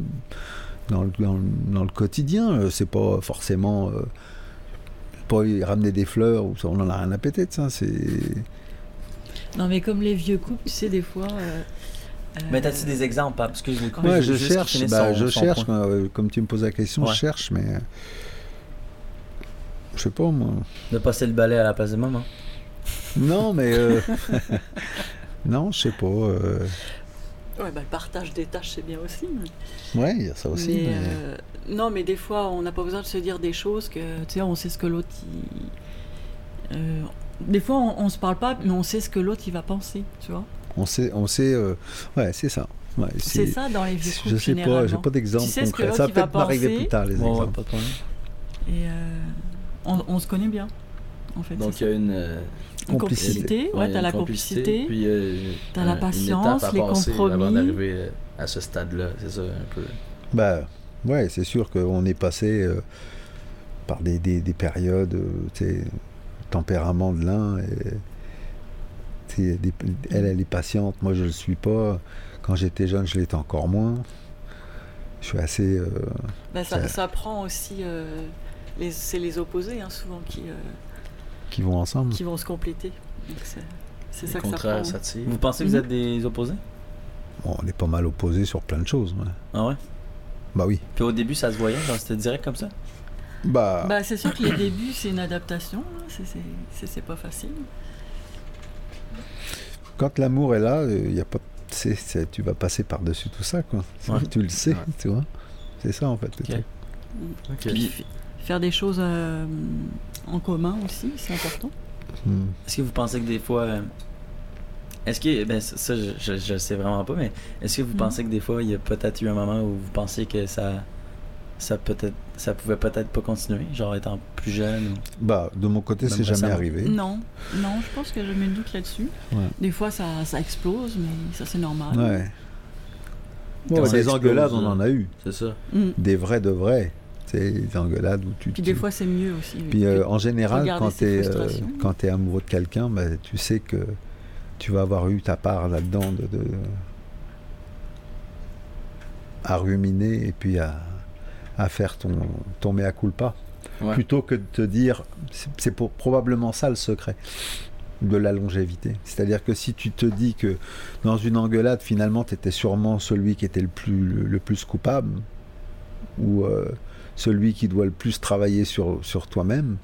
dans le, dans le- dans le quotidien. euh, C'est pas forcément. euh, pas lui ramener des fleurs, ou ça, on en a rien à péter de ça. C'est.
Non mais comme les vieux couples, tu sais, des fois... euh,
Mais
euh,
t'as-tu des exemples, Parce que je vous coupe,
Ouais,
veux
je,
juste qu'il
cherche,
finisse
bah,
son-
je
son
cherche,
point.
quoi, euh, comme tu me poses la question,
Ouais.
je cherche, mais. euh, Je sais pas, moi.
De passer le balai à la place de maman.
Non, mais. euh, non, je sais pas. euh,
ouais, bah, le partage des tâches, c'est bien aussi. mais-
Ouais, il y a ça aussi.
Mais,
mais-
euh, non, mais des fois, on n'a pas besoin de se dire des choses que, tu sais, on sait ce que l'autre. il- euh, des fois, on, on se parle pas, mais on sait ce que l'autre il va penser, tu vois.
On sait. On sait euh, Ouais, c'est ça. Ouais,
C'est ça dans les vieux couples.
Je sais pas, j'ai
généralement.
pas d'exemple
Tu sais ce que
concret.
l'autre,
Ça va
il va
peut-être m'arriver
penser.
plus tard, les
Ouais, ouais,
exemples.
pas de problème.
Et euh, on, on se connaît bien, en fait.
Donc
c'est
il y a une. euh,
ça. Une complicité, ouais,
il y a
t'as
une
la complicité.
Puis, euh,
t'as
un-
la
une
patience,
étape à
les
passer Avant
compromis.
d'arriver euh, à ce stade-là, c'est ça un peu.
Bah ouais, c'est sûr qu'on est passé euh, par des, des- des périodes, euh, tu sais, tempérament de l'un. et, tu sais, des- elle, elle est patiente, moi je le suis pas. Quand j'étais jeune, je l'étais encore moins. Je suis assez. euh,
Ben, ça,
Ça-
ça prend aussi. euh, les- c'est les opposés, hein, souvent, qui, euh,
qui vont ensemble.
qui vont se compléter. Donc, c'est- C'est ça
Au
que ça
contraire,
prend.
ça tire.
Vous pensez que vous
Mhm.
êtes des opposés
Bon, on est pas mal opposés sur plein de choses. ouais.
Ah ouais
Bah oui.
Puis au début, ça se voyait, genre c'était direct comme ça
Bah,
Bah, c'est sûr que les débuts, c'est une adaptation. hein, c'est- c'est- c'est- C'est pas facile.
quand l'amour est là, il y a pas. c'est- c'est- tu vas passer par-dessus tout ça, quoi.
Ouais.
Tu le sais,
Ouais.
tu vois. C'est ça, en fait. le
Ok.
truc.
Puis, f- faire des choses euh, en commun aussi, c'est important.
Hmm.
Est-ce que vous pensez que des fois. euh, Est-ce que. Ben, ça, ça, je, je, je le sais vraiment pas, mais est-ce que vous
Mhm.
pensez que des fois, il y a peut-être eu un moment où vous pensiez que ça. Ça, peut-être, ça pouvait peut-être pas continuer, genre étant plus jeune ou.
Bah, de mon côté,
Même
c'est jamais
récemment.
arrivé.
Non, non, je pense que je mets le doute là-dessus.
Ouais.
Des fois, ça, ça explose, mais ça, c'est normal.
Ouais. Bon,
Quand
ouais,
ça
des
explose,
engueulades,
euh.
on en a eu.
C'est ça.
Mm.
Des vrais de vrais. C'est des engueulades où tu.
Puis des
tu-
fois, c'est mieux aussi. oui.
Puis, euh, en général,
regarder
quand tu
ses
es,
frustrations.
amoureux de quelqu'un, bah, tu sais que tu vas avoir eu ta part là-dedans de, de- à ruminer et puis à, à faire ton, ton mea culpa.
Ouais.
Plutôt que de te dire, c'est- c'est pour- probablement ça le secret de la longévité. C'est-à-dire que si tu te dis que dans une engueulade, finalement, tu étais sûrement celui qui était le plus, le, plus coupable, ou euh, celui qui doit le plus travailler sur, sur toi-même,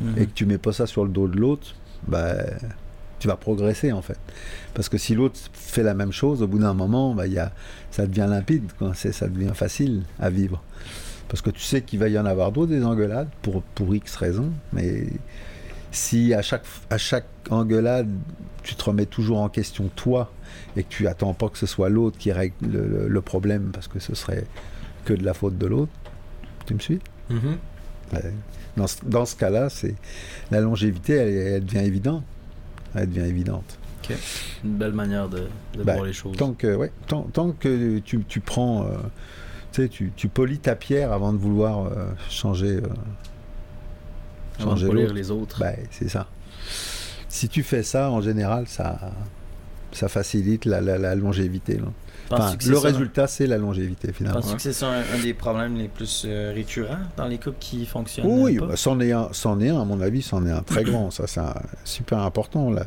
Mm. Mhm.
et que tu mets pas ça sur le dos de l'autre, bah, tu vas progresser en fait. Parce que si l'autre fait la même chose, au bout d'un moment, bah, il y a, ça devient limpide, quoi. C'est, ça devient facile à vivre. Parce que tu sais qu'il va y en avoir d'autres des engueulades pour, pour X raisons, mais si à chaque, à chaque engueulade, tu te remets toujours en question toi et que tu attends pas que ce soit l'autre qui règle le, le- le problème parce que ce serait que de la faute de l'autre, tu me suis
Mhm.
Ouais. Dans ce, dans ce cas-là, c'est la longévité, elle, elle devient évidente. Elle devient évidente.
Une belle manière de, de
Bah,
voir les choses.
Tant que, ouais, tant, tant que tu, tu prends, euh, tu sais, tu, tu polis ta pierre avant de vouloir euh, changer, euh,
Avant de
changer
polir
l'autre.
les autres.
Ben, c'est ça. Si tu fais ça, en général, ça, ça facilite la, la- la longévité. là.
Penses-tu
Enfin,
que c'est
le
ça,
résultat, c'est la longévité finalement.
Penses-tu que c'est ça un, un des problèmes les plus euh, récurrents dans les couples qui fonctionnent
Oui,
euh, pas?
bah, c'en est, un- c'en est un, à mon avis, c'en est un très grand. Ça, c'est un- super important. La,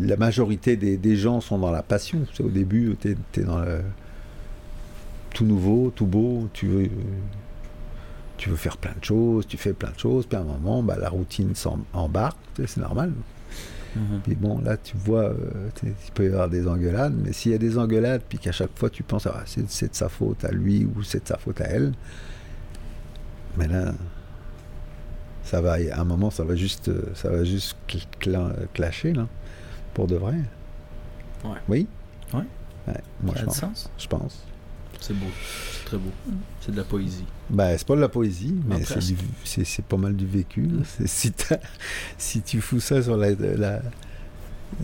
la majorité des, des gens sont dans la passion. C'est au début, tu es, dans le, tout nouveau, tout beau. Tu veux, tu veux faire plein de choses, tu fais plein de choses. Puis à un moment, bah, la routine s'embarque. C'est normal.
Mhm.
Puis bon, là, tu vois, euh, tu sais, il peut y avoir des engueulades, mais s'il y a des engueulades, puis qu'à chaque fois tu penses, ah, c'est, c'est de sa faute à lui ou c'est de sa faute à elle, mais là, ça va, à un moment, ça va juste, euh, ça va juste cl- cla- clasher, là, pour de vrai.
Ouais.
Oui
Ouais.
Ouais, moi,
Ça a
je
du
pense,
sens?
je pense.
C'est beau. C'est très beau. C'est de la poésie.
Ben, c'est pas de la poésie, mais
Ah,
c'est, du- c'est, c'est pas mal du vécu. là. C'est- si, t'as- si tu fous ça sur, la, la-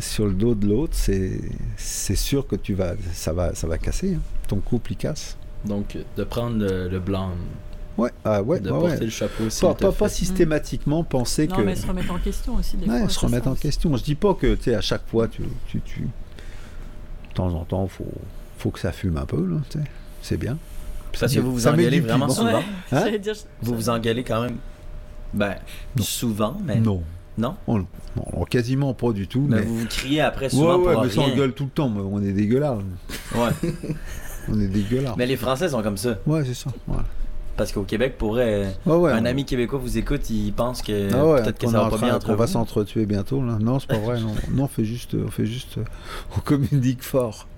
sur le dos de l'autre, c'est, c'est sûr que tu vas, ça, va, ça va casser. hein. Ton couple, il casse.
Donc, de prendre le, le blanc,
Ouais, ah ouais,
de
ouais,
porter
ouais.
le chapeau,
Pas,
c'est
pas- pas systématiquement penser
Non,
que.
mais se remettre en question aussi. Des
Ouais,
fois,
se
c'est
remettre
ça
en
aussi.
question. Je dis pas que tu sais, à chaque fois, tu, tu, tu- de temps en temps, faut, faut que ça fume un peu. Là, tu sais. c'est bien.
Parce que vous vous
Ça met
engueulez
du
vraiment
piment.
souvent.
Ouais,
Hein
j'allais dire-
Vous vous engueulez quand même. Ben,
Non.
souvent, mais.
Non.
Non?
On- non, quasiment pas du tout.
Mais,
mais...
vous vous criez après
Ouais,
souvent
ouais,
pour
mais ça, on
rien.
gueule tout le temps, mais on est dégueulasse.
Ouais.
On est dégueulasse.
Mais les Français sont comme ça.
Ouais, c'est ça. Ouais.
Parce qu'au Québec, pour euh,
Ouais, ouais,
un
on-
ami québécois vous écoute, il pense que
Ah ouais,
peut-être que
qu'on est
ça
en
va pas
train-
bien entre
qu'on va
vous.
s'entretuer bientôt. Là. Non, c'est pas vrai. Non, non on fait juste, on fait juste, euh, on communique fort.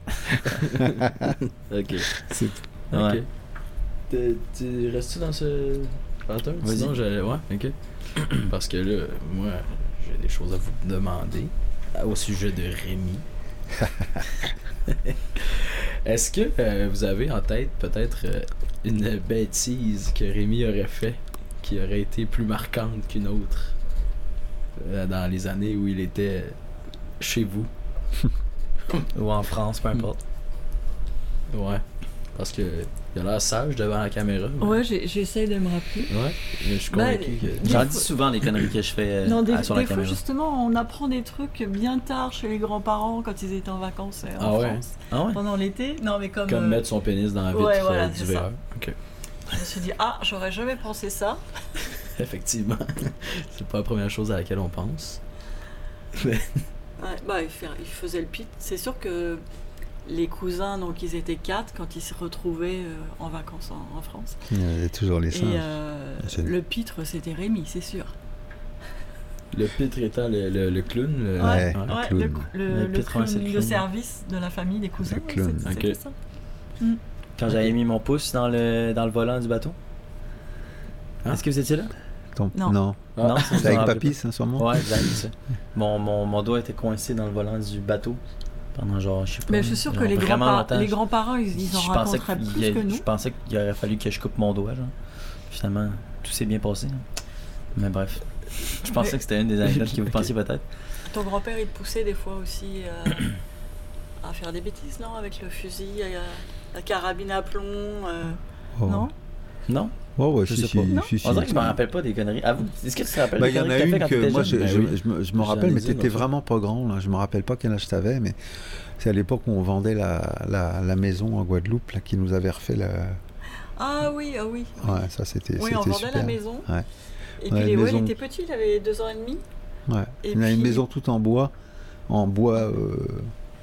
Ok.
C'est tout.
Ouais.
Ok. T'es- Tu restes-tu dans ce pattern?
Vas-y.
Sinon, j'allais. Ouais, ok. Parce que là, moi, j'ai des choses à vous demander euh, au sujet de Rémi. Est-ce que euh, vous avez en tête peut-être euh, une bêtise que Rémi aurait fait qui aurait été plus marquante qu'une autre euh, dans les années où il était chez vous?
Mm.
Ou en France, peu importe.
Ouais. Parce que il a l'air sage devant la caméra. mais-
Ouais, j'ai- j'essaye de me rappeler.
Ouais, mais je suis
Ben,
convaincu que.
Des
J'en
fois-
dis souvent les conneries que je fais euh,
Non, des,
à- sur la
des fois,
caméra.
justement, on apprend des trucs bien tard chez les grands-parents quand ils étaient en vacances euh, en
Ah ouais?
France
Ah ouais?
pendant l'été. Non, mais comme,
Comme
euh,
mettre son pénis dans la vitre
ouais,
euh,
voilà,
du
c'est ça.
verre. Ok.
je me suis dit, ah, j'aurais jamais pensé ça.
Effectivement. c'est pas la première chose à laquelle on pense.
Ouais, bah, il, fait- il faisait le pit. C'est sûr que les cousins, donc ils étaient quatre quand ils se retrouvaient euh, en vacances en, en France.
Il y a toujours les
Et
singes.
euh,
C'est-
le pitre, c'était Rémi, c'est sûr.
Le pitre étant le, le, le clown. le- Ah,
Ouais.
ouais.
Ouais,
clown.
le, cou- le-
Ah, Le
le
pitre, ouais,
clown
c'est le
de
clown.
service de la famille des cousins.
Le clown.
c'est- c'était
Ok.
ça.
Quand j'avais mis mon pouce dans le, dans le volant du bateau.
Hein?
Est-ce que vous étiez là?
Ton-
Non.
Ah.
Non, ça, je
C'est
me
avec
rappelle
papy,
pas.
ça, sûrement
Ouais, exact, c'est ça. Mon, mon, mon doigt était coincé dans le volant du bateau pendant genre, je sais pas.
Mais je suis sûr que
genre
les,
vraiment
grands-par-
longtemps.
les grands-parents, ils, ils en
Je pensais
raconteraient
qu'il
plus
y a-
que nous.
Je pensais qu'il aurait fallu que je coupe mon doigt, genre. Finalement, tout s'est bien passé. hein. Mais bref. Je pensais
Mais-
que c'était une des anecdotes que vous
Ok.
pensiez peut-être.
Ton grand-père, il te poussait des fois aussi euh, à faire des bêtises, non Avec le fusil, euh, la carabine à plomb, euh,
Oh.
non
Non?
Ouais, ouais,
Je
si,
sais
si,
pas.
si,
Non.
si.
On dirait que je me rappelle pas des conneries. Ah, vous, est-ce que tu te rappelles
Bah,
des
il y en
conneries
a
que t'as fait
une
quand
que
t'étais
moi, je,
jeune?
Ben
je,
oui.
je me- je
J'en
me
ai
rappelle, mais
dit,
t'étais
moi.
vraiment pas grand. Là. Je me rappelle pas quel âge t'avais, mais c'est à l'époque où on vendait la, la, la maison en Guadeloupe, là, qui nous avait refait la.
Ah oui, ah oui.
Ouais, ça c'était
Oui,
c'était
on vendait
super.
la maison.
Ouais.
Et
On
puis,
avait
les-
une
ouais, il
maison.
était petit, il avait deux ans et demi.
Ouais.
Et
on avait une
puis-
maison toute en bois, en bois, euh,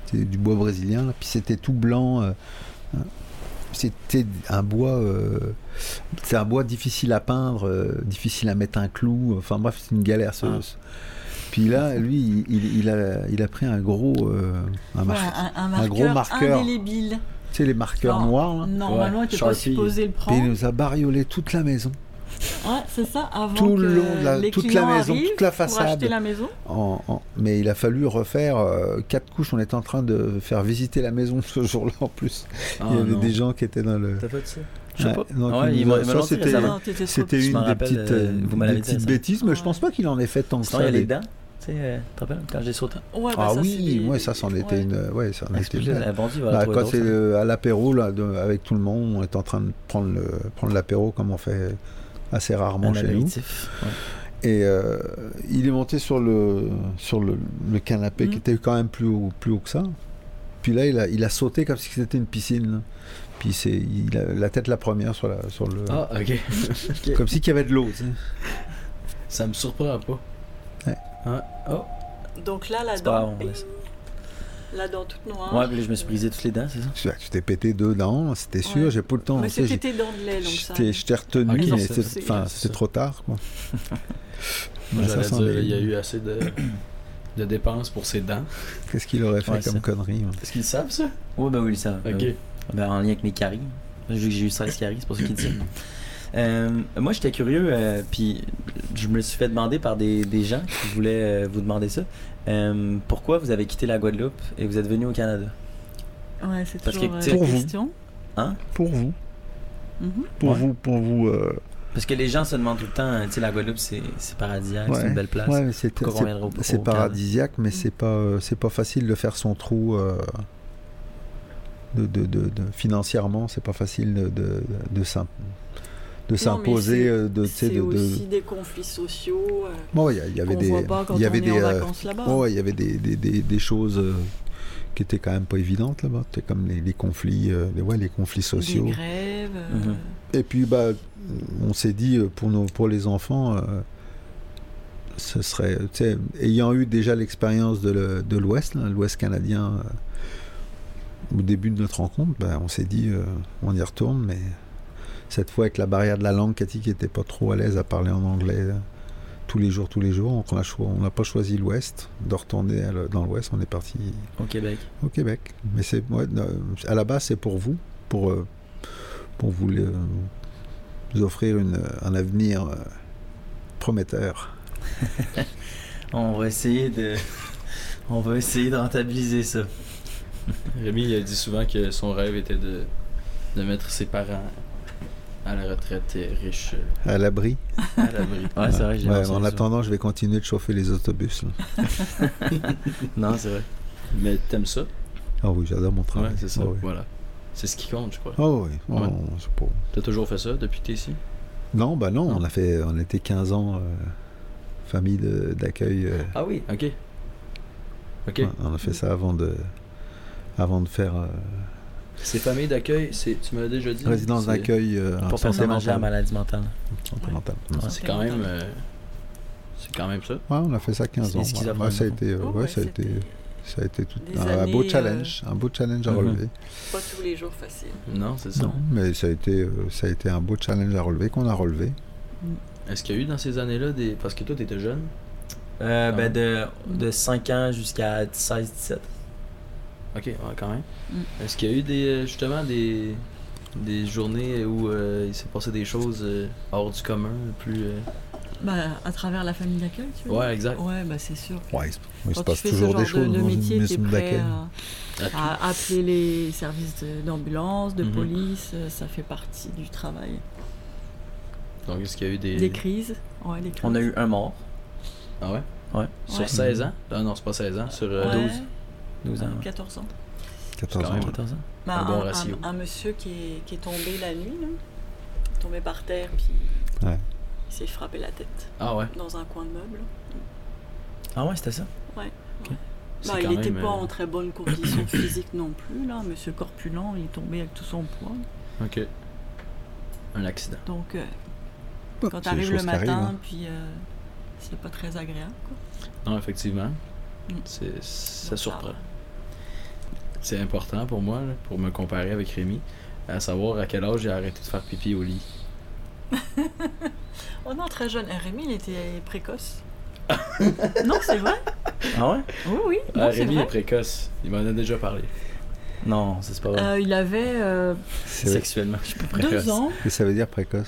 c'est du bois brésilien, là. puis c'était tout blanc. euh, hein. c'était un bois, euh, c'est un bois difficile à peindre, euh, difficile à mettre un clou. Enfin bref, c'est une galère. ce-
Ah.
ce- Puis là, lui, il, il- il a, il a pris un gros, euh, un
Ouais,
mar-
un, un
un gros
marqueur,
marqueur.
indélébile.
tu sais les marqueurs
Ah.
noirs. là.
Normalement, il était pas
Sharpie.
supposé le
Et il
prendre.
nous a bariolé toute la maison,
Ouais, c'est ça, avant
tout
que
le long, de la-
euh, les
toute la
clients
maison,
arrivent
toute la
pour
façade.
acheter la maison.
En- en- mais il a fallu refaire euh, quatre couches. On était en train de faire visiter la maison ce jour-là en plus.
Ah,
il y avait
non.
des gens qui étaient dans le.
T'as fait ça?
Ouais, donc
Ah ouais,
il
il
nous a-
m'a- il m'a
ça,
menti
c'était-
récemment.
Non, t'étais trop
C'était
Je
une
m'en
des
rappelle,
petites, euh,
euh, vous
des
m'avez dit
petites
ça.
bêtises, mais je
Ouais.
pense pas qu'il en ait fait tant que
Sinon,
ça.
il y a les
des-
dents. Tu sais, euh, t'as rappelles quand j'ai sauté?
Ouais, bah
Ah
ça, c'est
oui,
des-
ouais, ça c'en
ouais.
était une. Ouais, ça en
Ah,
était
excusez,
une.
la bandit va la
Bah,
trouver hein.
quand
drôle,
c'est
ça.
euh, à l'apéro, là, de- avec tout le monde, on est en train de prendre le prendre l'apéro comme on fait assez rarement
Un
chez nous.
apéritif. Ouais.
Et euh, il est monté sur le, sur le, le canapé
Mhm.
qui était quand même plus haut, plus haut que ça. Puis là, il a, il a sauté comme si c'était une piscine. là. Puis c'est, il a la tête la première sur, la, sur le.
Ah, ok.
Comme si qu'il y avait de l'eau. tu sais.
Ça me surprend pas.
Ouais.
Hein? Oh,
Donc là, la
C'est pas
dent,
grave, on laisse.
la dent toute noire.
Ouais, puis là, je me suis brisé toutes les dents, c'est ça?
Tu, tu t'es pété deux dents, c'était sûr,
Ouais.
j'ai pas le temps.
Mais
tu sais,
c'était
j'ai-
tes dents de lait, donc
je
ça.
t'ai- je t'ai retenu,
Ah, Ok,
mais
c'est-
c'est-
c'est-
enfin,
c'est
c'était
ça.
trop tard. Quoi.
moi,
Ouais, Ben, ça
j'allais
sent
dire,
les-
il y a eu assez de, de dépenses pour ses dents.
Qu'est-ce qu'il aurait fait
Ouais,
comme
ça.
connerie hein. ouais.
Est-ce qu'ils savent ça?
Ouais, ben oui, ils savent.
Ok.
Euh, ben, en lien avec mes caries. J'ai j'ai eu 16 caries, c'est pour ça qu'ils disent. Euh, moi, j'étais curieux, euh, puis je me suis fait demander par des, des gens qui voulaient euh, vous demander ça. euh, pourquoi vous avez quitté la Guadeloupe et vous êtes venu au Canada?
Ouais, c'est
Parce que,
toujours euh,
tu
sais,
la
pour vous.
question.
Pour vous,
Mhm.
pour
Ouais.
vous, pour vous. euh,
Parce que les gens se demandent tout le temps, hein, tu sais, la Guadeloupe, c'est c'est paradisiaque, c'est
Ouais.
une belle place.
ouais, mais c'est,
Pourquoi on
c'est-
reviendra au- au
c'est
Canada?
paradisiaque, mais c'est pas euh, c'est pas facile de faire son trou euh, de, de- de- de- financièrement, c'est pas facile de de, de s'im- de s'imposer,
c'est-
euh, de tu sais,
C'est
de. de-
aussi des conflits sociaux euh,
Bon, il y a- il y,
qu'on
avait des
voit pas quand
il y avait
on
des
est en
euh,
vacances là-bas.
ouais, il y avait des des, des- des choses euh, qui étaient quand même pas évidentes là-bas, C'était comme les, les conflits euh, les- ouais les conflits
des
sociaux.
grèves. euh,
Mhm.
Ah,
Et puis bah on s'est dit euh, pour nos pour les enfants euh, ce serait tu sais, ayant eu déjà l'expérience de le- de l'Ouest là, l'Ouest canadien euh, au début de notre rencontre bah, on s'est dit euh, on y retourne mais cette fois avec la barrière de la langue Cathy qui était pas trop à l'aise à parler en anglais euh, tous les jours tous les jours donc on a cho- on n'a pas choisi l'Ouest de retourner à le- dans l'Ouest on est parti
Au Québec.
au Québec. Mais c'est ouais, euh, à la base, c'est pour vous, pour, euh, pour vous, le- vous offrir une, un avenir euh, prometteur.
On va essayer de. On va essayer de rentabiliser ça.
Rémi, il a dit souvent que son rêve était de, de mettre ses parents à la retraite et riches euh,
À l'abri.
à l'abri.
Ouais, c'est vrai, j'ai
Ouais,
mentionné
en
ça.
attendant, je vais continuer de chauffer les autobus. là.
Non, c'est vrai.
Mais t'aimes ça?
Ah oui, j'adore mon
Ouais,
travail.
c'est ça.
Ah oui.
Voilà. C'est ce qui compte, je crois.
Oh oui, oh,
Ouais.
on- c'est pas-
T'as toujours fait ça depuis que t'es ici?
Non, bah non,
Non.
on a fait, on était 15 ans, euh, famille de- d'accueil. euh,
Ah oui. OK. OK.
ouais, on a fait ça avant de, avant de faire euh,
Ces familles d'accueil, c'est tu me l'as déjà dit.
résidence
c'est-
d'accueil euh, en
Pour faire
santé
manger à la
mentale.
maladie mentale.
Santé
Ouais.
mentale. Ouais.
C'est quand même euh, c'est quand même ça.
Ouais, on a fait ça 15
C'est
ans.
ce qu'ils
ouais.
avaient
Ouais, ça a
en
été, euh,
Oh,
ouais,
ouais,
ça a été,
c'était
ça a été tout
des
un, beau
années, euh,
challenge, un beau challenge à
Mhm.
relever.
Pas tous les jours facile.
Non, c'est ça.
Non, mais ça a été, euh, ça a été un beau challenge à relever qu'on a relevé.
Est-ce qu'il y a eu dans ces années-là des parce que toi t'étais jeune
Euh,
Quand
ben
même.
de, de 5 ans jusqu'à 16-17.
OK, ouais, quand même.
Mm.
Est-ce qu'il y a eu des euh, justement des des journées où euh, il s'est passé des choses euh, hors du commun, plus euh,
Bah, à travers la famille d'accueil, tu veux
Ouais,
dire
exact.
Ouais, bah c'est sûr.
Ouais, il se- il se
Quand
passe
tu fais
toujours
ce
des
genre
choses
de, de
dans une
métier, t'es
maison
prêt
d'accueil.
à, à appeler les services de- d'ambulance, de,
Ah, Mhm.
police, euh, ça fait partie du travail.
Donc est-ce qu'il y a eu des,
Des crises, ouais, les crises.
On a eu un mort,
Ah ouais?
Ouais.
Sur
Ouais.
16 ans Ah non, c'est pas 16 ans, sur euh,
Ouais,
12.
12 ans, ouais.
14 ans.
14
quand
ans.
même-
14 ans.
Bah,
Un
un,
bon
un-
ratio.
un monsieur qui est, qui est tombé la nuit, là, tombé par terre, puis
Ouais.
il s'est frappé la tête
Ah ouais.
dans un coin de meuble.
Ah ouais, c'était ça.
C'est
Bah, il
quand
n'était
même,
pas
euh,
en très bonne condition physique non plus, là. Monsieur corpulent, il est tombé avec tout son poids.
OK. Un accident.
Donc, euh,
Hop,
quand tu
Bah, c'est des
arrives le
choses qui arrivent,
matin,
hein.
puis euh, c'est pas très agréable. Quoi.
Non, effectivement.
Mm.
C'est, ça
Donc,
surprend. C'est important pour moi, là, pour me comparer avec Rémi, à savoir à quel âge j'ai arrêté de faire pipi au lit.
Oh non, très jeune. Eh, Rémi, il était précoce. non, c'est vrai.
Ah ouais?
Oui, oui. non,
ah,
c'est
Rémi est
vrai.
précoce. Il m'en a déjà parlé.
Non, ça, c'est pas vrai.
Euh, il avait euh,
C'est-
Sexuellement, je suis pas prêt.
deux ans.
Et ça veut dire précoce.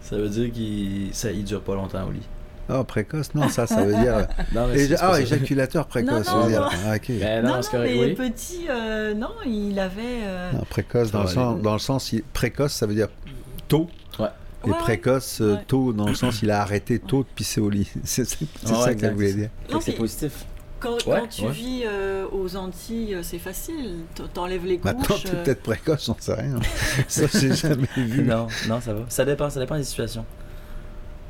Ça veut dire qu'il ça, il dure pas longtemps au lit.
Ah, précoce Non, ça, ça veut dire.
Non,
Éja-
mais c'est- c'est
Ah,
pas ça.
éjaculateur précoce. ça
non,
veut dire-
non.
Ah, ok.
Ben non,
non, non,
c'est correct,
mais
oui.
petit, euh, non, il avait. euh,
Non, précoce, dans, le
Ça va
sens,
aller.
dans le sens, il- précoce, ça veut dire tôt.
Ouais.
Et
Ouais, ouais.
précoce, euh,
Ouais.
tôt, dans le sens, il a arrêté tôt de pisser au lit. C'est c'est- c'est
Ouais,
ça que
exact.
je voulais dire.
Fait que
Non,
c'est
mais-
positif.
Quand,
Ouais,
quand tu
ouais.
vis euh, aux Antilles, c'est facile. T- T'enlèves les couches.
Maintenant, t'es
euh,
peut-être précoce, j'en sais rien. ça, j'ai jamais vu.
Non, non, ça va. Ça dépend, ça dépend des situations.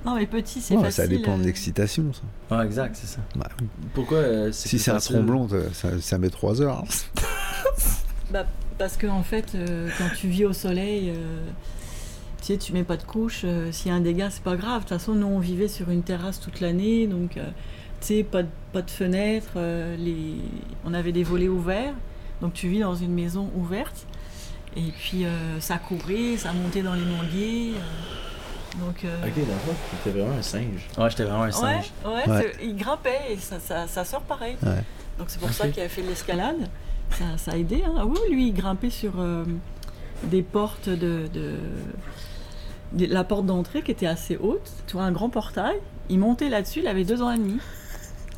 Non, mais petit, c'est
Ouais,
facile.
ça dépend de
euh,
l'excitation. ça.
Ouais, exact, c'est ça.
Bah, oui.
Pourquoi euh,
si
plus
c'est un
facile-
tromblon, ça- ça, ça met 3 heures. hein.
Parce que en fait, euh, quand tu vis au soleil, euh, tu sais, tu mets pas de couche. euh, S'il y a un dégât, c'est pas grave. De toute façon, nous, on vivait sur une terrasse toute l'année, donc euh, tu sais, pas de, pas de fenêtre. euh, les... On avait des volets ouverts, donc tu vis dans une maison ouverte. Et puis euh, ça courait, ça montait dans les manguiers. euh, donc. euh,
Ok, dans le fond, t'étais vraiment un singe.
Ouais, j'étais vraiment un
Ouais,
singe.
ouais,
Ouais.
c'est- il grimpait et ça, ça, ça sort pareil.
Ouais.
Donc c'est pour ça
Ok.
qu'il a fait de l'escalade. Ça, ça a aidé. Hein. Ah Oui, lui, il grimpait sur euh, des portes de, de- de- La porte d'entrée qui était assez haute, tu vois, un grand portail. Il montait là-dessus, il avait deux ans et demi.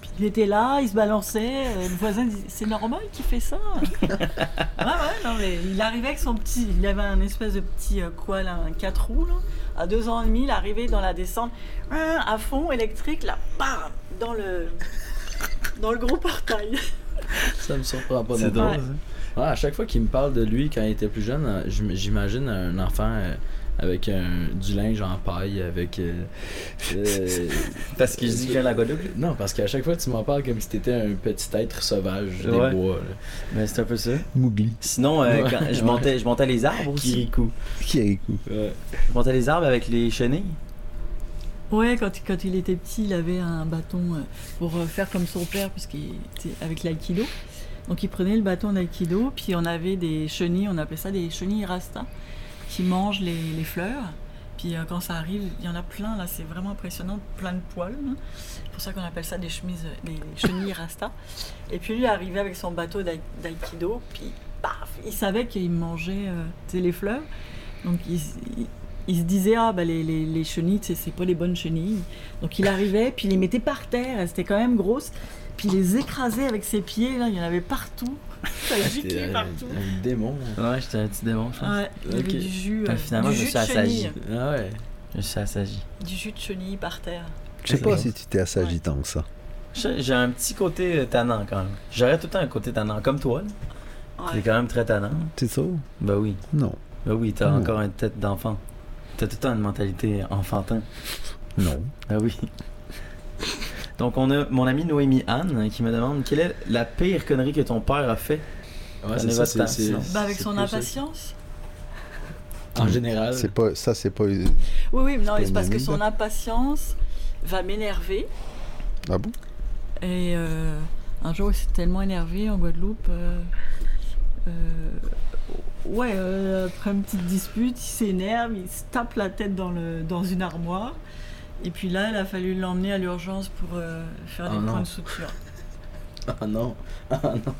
Puis il était là, il se balançait. euh, Le voisin disait C'est normal qu'il fait ça Ouais, ouais, non, mais il arrivait avec son petit. Il avait un espèce de petit euh, quoi, là, un 4 roues, là. À deux ans et demi, il arrivait dans la descente hein, à fond électrique, là, bam Dans le. Dans le gros portail.
Ça me surprend pas
C'est
non plus.
drôle,
Ouais.
ça.
Ouais, à chaque fois qu'il me parle de lui quand il était plus jeune, euh, j'im- j'imagine un enfant euh, avec un- du linge en paille, avec. euh, euh,
Parce que je dis que j'ai la Guadeloupe.
non, parce qu'à chaque fois tu m'en parles comme si t'étais un petit être sauvage des
Ouais.
bois. là.
Ben, c'est un peu ça.
Mougli.
Sinon, euh,
Ouais.
quand je, montais, je montais les arbres aussi.
Kirikou.
Qui a écouté
Ouais.
Je montais les arbres avec les chenilles.
Ouais, quand, quand il était petit, il avait un bâton euh, pour euh, faire comme son père, puisqu'il était avec l'aïkido. Donc il prenait le bâton d'aïkido, puis on avait des chenilles, on appelait ça des chenilles rasta, qui mangent les, les fleurs. Puis euh, quand ça arrive, il y en a plein, là, c'est vraiment impressionnant, plein de poils. hein. C'est pour ça qu'on appelle ça des chemises, des chenilles rasta. Et puis lui, il arrivait avec son bateau d'aï- d'aïkido, puis paf, il savait qu'il mangeait euh, tu sais, les fleurs. Donc il, s- il- il se disait, ah, bah, les, les, les chenilles, tu sais, c'est pas les bonnes chenilles. Donc il arrivait, puis il les mettait par terre, elles étaient quand même grosses, puis il les écrasait avec ses pieds, là, il y en avait partout. Ça
T'es
giclait
un,
partout.
un démon. hein.
Ouais, j'étais un petit démon, je pense.
Ouais, il y avait
Ok.
du jus,
Enfin,
euh,
finalement,
du
je
jus
me suis
de
assagi.
chenille.
Ah ouais.
Je suis assagi.
Du jus de chenille par terre.
Je
Ah,
sais
C'est
pas
drôle.
si tu t'es assagi tant que ça.
Je- J'ai un petit côté euh, tannant quand même. J'aurais tout le temps un côté tannant, comme toi. là. C'est quand même très tannant.
C'est ça
Ben oui.
Non.
Ben oui, t'as
Mm.
encore une tête d'enfant. T'as tout le temps une mentalité enfantin.
Non.
Ah oui. Donc on a mon amie Noémie Anne qui me demande quelle est la pire connerie que ton père a fait.
Ouais,
Prenez
c'est ça,
votre
c'est-
temps,
c'est-
sinon.
Bah, avec
c'est
son
plus ça.
impatience.
En général.
C'est pas, ça, c'est pas. euh,
Oui, oui, mais non,
C'est pas
c'est parce que
une
son
amie.
impatience va m'énerver.
Ah bon
Et euh, un jour, il s'est tellement énervé en Guadeloupe. euh, euh, ouais, euh, après une petite dispute, il s'énerve, il se tape la tête dans, le, dans une armoire. Et puis là, il a fallu l'emmener à l'urgence pour euh, faire des
Oh non.
points de suture.
Ah non. Ah non.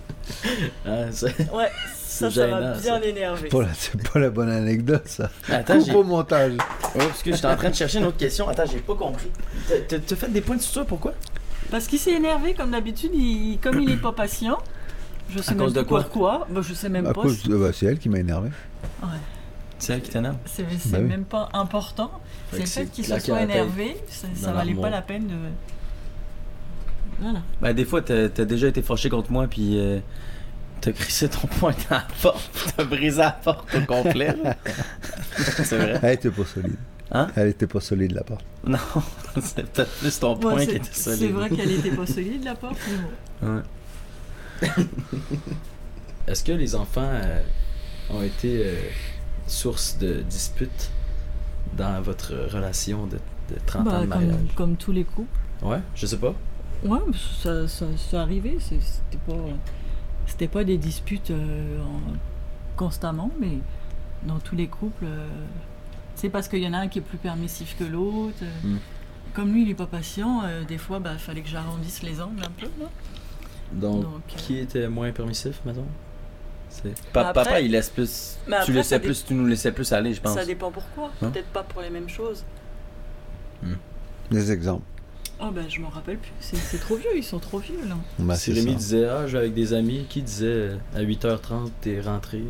Ah, ça-
Ouais, ça, ça
gênant,
va
ça.
bien l'énerver.
Pas la- C'est pas la bonne anecdote, ça.
Attends,
Coupe
j'ai...
au montage.
Oh, parce que j'étais en train de chercher une autre question. Attends, j'ai pas compris. T'as- t'as- T'as fait des points de suture, pourquoi?
Parce qu'il s'est énervé, comme d'habitude, il, comme il est pas patient. Je sais
À
même
cause de
plus
quoi
pourquoi. Bah, je sais même
À
pas.
cause de- bah, c'est elle qui m'a énervé.
Ouais.
C'est elle qui t'énerve.
C'est c'est
Bah oui.
même pas important.
Fait
C'est le
que c'est
fait qu'il se
claquer
soit
la tête
énervé, ça, ça
dans
valait pas
l'armoire.
la peine de. Voilà.
Ben des fois, t'as t'as déjà été fâché contre moi, puis euh, t'as crissé ton poing dans la porte, puis t'as brisé la porte au complet. là. c'est vrai.
Elle était pas solide.
Hein
Elle était pas solide, la porte.
Non, c'est peut-être plus ton poing
Ouais,
qui
c'est-
était solide.
c'est vrai qu'elle était pas solide la porte, mais bon.
Ouais.
Est-ce que les enfants euh, ont été euh, source de disputes dans votre relation de, de 30 ans de
Bah, comme,
mariage?
comme tous les couples.
Ouais, je sais pas.
Ouais, mais ça, ça, ça arrivait. c'est- C'était pas, c'était pas des disputes euh, en- constamment, mais dans tous les couples, euh, c'est parce qu'il y en a un qui est plus permissif que l'autre.
Hmm.
euh.
Mm.
Comme lui, il est pas patient. euh, des fois, bah, fallait que j'arrondisse les angles un peu. là.
Donc,
Donc, euh,
qui était moins permissif, mettons? C'est...
Pa-
après-
papa, il laisse plus.
Mais
tu
après,
laissais
ça dé-
plus, tu nous laissais plus aller, je pense.
Ça dépend pourquoi.
Hein
Peut-être pas pour les mêmes choses.
Des exemples.
Oh ben je m'en rappelle plus. C'est- C'est trop vieux, ils sont trop vieux là.
Bah,
si
c'est
Rémi
ça.
disait Ah, je vais avec des amis, qui disait euh, à 8h30 t'es rentré euh,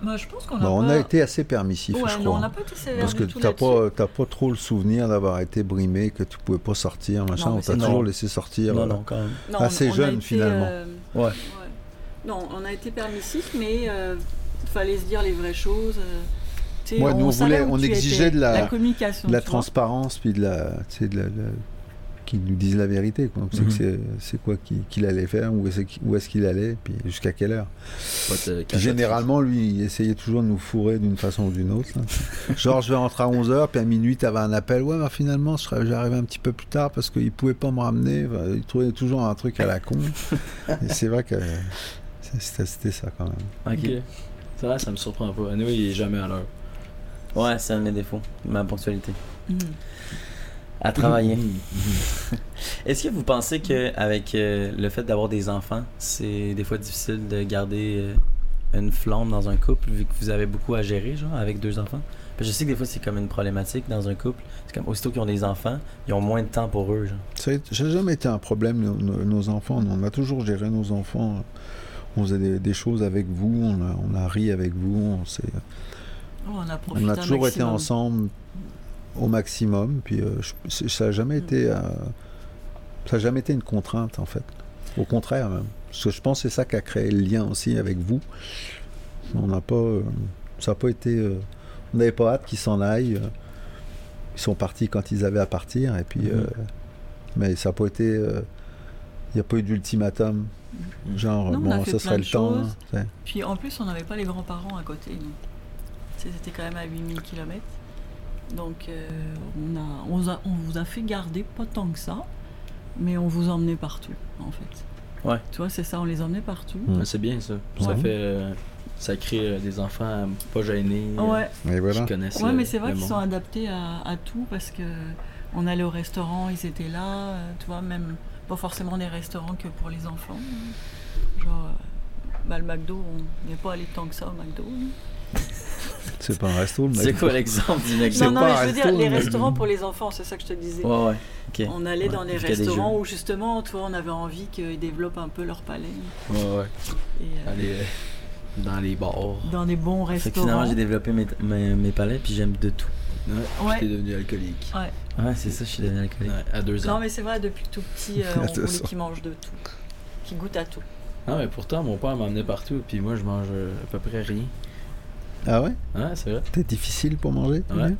Moi je pense qu'on
Bon, Bah, on
pas...
a été assez permissif,
Ah. Ouais,
je
non,
crois.
on n'a pas été sévère
Parce que
du tout
t'as
là-dessus.
pas, t'as pas trop le souvenir d'avoir été brimé, que tu pouvais pas sortir, machin.
mais
on t'a
c'est-
toujours
Non.
laissé sortir.
Non,
euh,
non, quand même.
Non,
assez
a
jeune,
été,
finalement.
euh,
Ouais.
Non, on a été permissif, mais euh, fallait se dire les vraies choses. euh, tu sais,
Ouais, nous, on
savait
voulait-
où
on
tu
exigeait
étais,
de la-
communication.
de la
tu vois.
transparence, puis de la. Tu sais, de la, la- qu'ils nous disent la vérité. Quoi. On sait
Mhm.
que c'est- c'est quoi qu'il qu'il allait faire, où est-ce qu'il- où est-ce qu'il allait, puis jusqu'à quelle heure.
pas de
Puis généralement, lui, il essayait toujours de nous fourrer d'une façon ou d'une autre. là. Genre, je vais rentrer à 11h, puis à minuit, t'avais un appel. Ouais, mais finalement, je serais- j'arrivais un petit peu plus tard parce qu'il pouvait pas me ramener. Enfin, il trouvait toujours un truc à la con. Et c'est vrai que c'est- c'était c'était ça quand même.
Ok.
Ok. Ça, va, ça me surprend pas. Anyway, il est jamais à l'heure.
Ouais, c'est un de mes défauts, ma ponctualité.
Mhm.
À travailler.
Mhm.
Est-ce que vous pensez que avec euh, le fait d'avoir des enfants, c'est des fois difficile de garder euh, une flamme dans un couple vu que vous avez beaucoup à gérer, genre avec deux enfants Parce que Je sais que des fois c'est comme une problématique dans un couple. C'est comme aussitôt qu'ils ont des enfants, ils ont moins de temps pour eux, genre.
Ça a été- ça n'a jamais été un problème, nos, nos- nos enfants. On a toujours géré nos enfants. On faisait des, des choses avec vous, on a, on a ri avec vous, on, s'est-
Oh, on a
on
profité
a
un
toujours été
maximum.
ensemble au maximum. Puis euh, je- c'est- ça n'a jamais été, euh, ça a jamais été une contrainte en fait. Au contraire, même. Parce que je pense que c'est ça qui a créé le lien aussi avec vous. On n'a pas, euh, ça n'a pas été, euh, on n'avait pas hâte qu'ils s'en aillent. euh. Ils sont partis quand ils avaient à partir, et puis,
Mhm.
Mm-hmm.
euh, mais ça n'a pas été, euh, il n'y a pas eu d'ultimatum.
Mhm.
Genre,
Mm-hmm. Non, on a
bon,
fait
ça
plein
serait
de
le temps.
choses.
hein. C'est-
Puis en plus, on n'avait pas les grands-parents à côté, nous. Tu sais, C'était quand même à 8000 km. Donc euh, on, a, on, vous a- on vous a fait garder pas tant que ça, mais on vous emmenait partout, en fait.
Ouais.
Tu vois, c'est ça, on les emmenait partout.
Mm.
Ah, c'est bien ça. Ça
Ouais.
fait. euh, ça crée euh, des enfants euh, pas gênés.
Mm.
euh,
Ouais,
Et
qui
voilà.
connaissent.
ouais
euh,
mais c'est vrai
le
qu'ils
monde.
sont adaptés à, à tout parce que on allait au restaurant, ils étaient là, euh, tu vois, même pas forcément des restaurants que pour les enfants. Genre, euh, bah, le McDo, on n'est pas allé tant que ça au McDo. nous.
C'est pas un resto, le
C'est
mec.
quoi l'exemple du mec
C'est
Non, non,
pas
mais
un
je veux dire,
resto,
les
mais-
restaurants pour les enfants, c'est ça que je te disais.
Ouais, ouais. Ok.
On allait
Ouais,
dans les
il y a des
restaurants
jeux.
où justement, toi, on avait envie qu'ils développent un peu leur palais.
Ouais, ouais.
Et, euh,
Allez, euh, dans les bars.
dans des bons
Fait que
restaurants.
finalement, j'ai développé mes, mes, mes palettes, puis j'aime de tout.
Ouais.
Ouais.
J'étais devenu alcoolique.
Ouais, c'est ça, je suis devenu alcoolique.
Ouais, à deux
Non,
ans.
mais c'est vrai, depuis tout petit, euh, on
Attends,
voulait
ça.
qu'ils mangent de tout, qu'ils goûtent à tout.
Non, mais pourtant, mon père m'emmenait partout, puis moi, je mange euh, à peu près rien.
Ah ouais
Ouais, c'est vrai.
T'es difficile pour manger tu
Ouais.
dis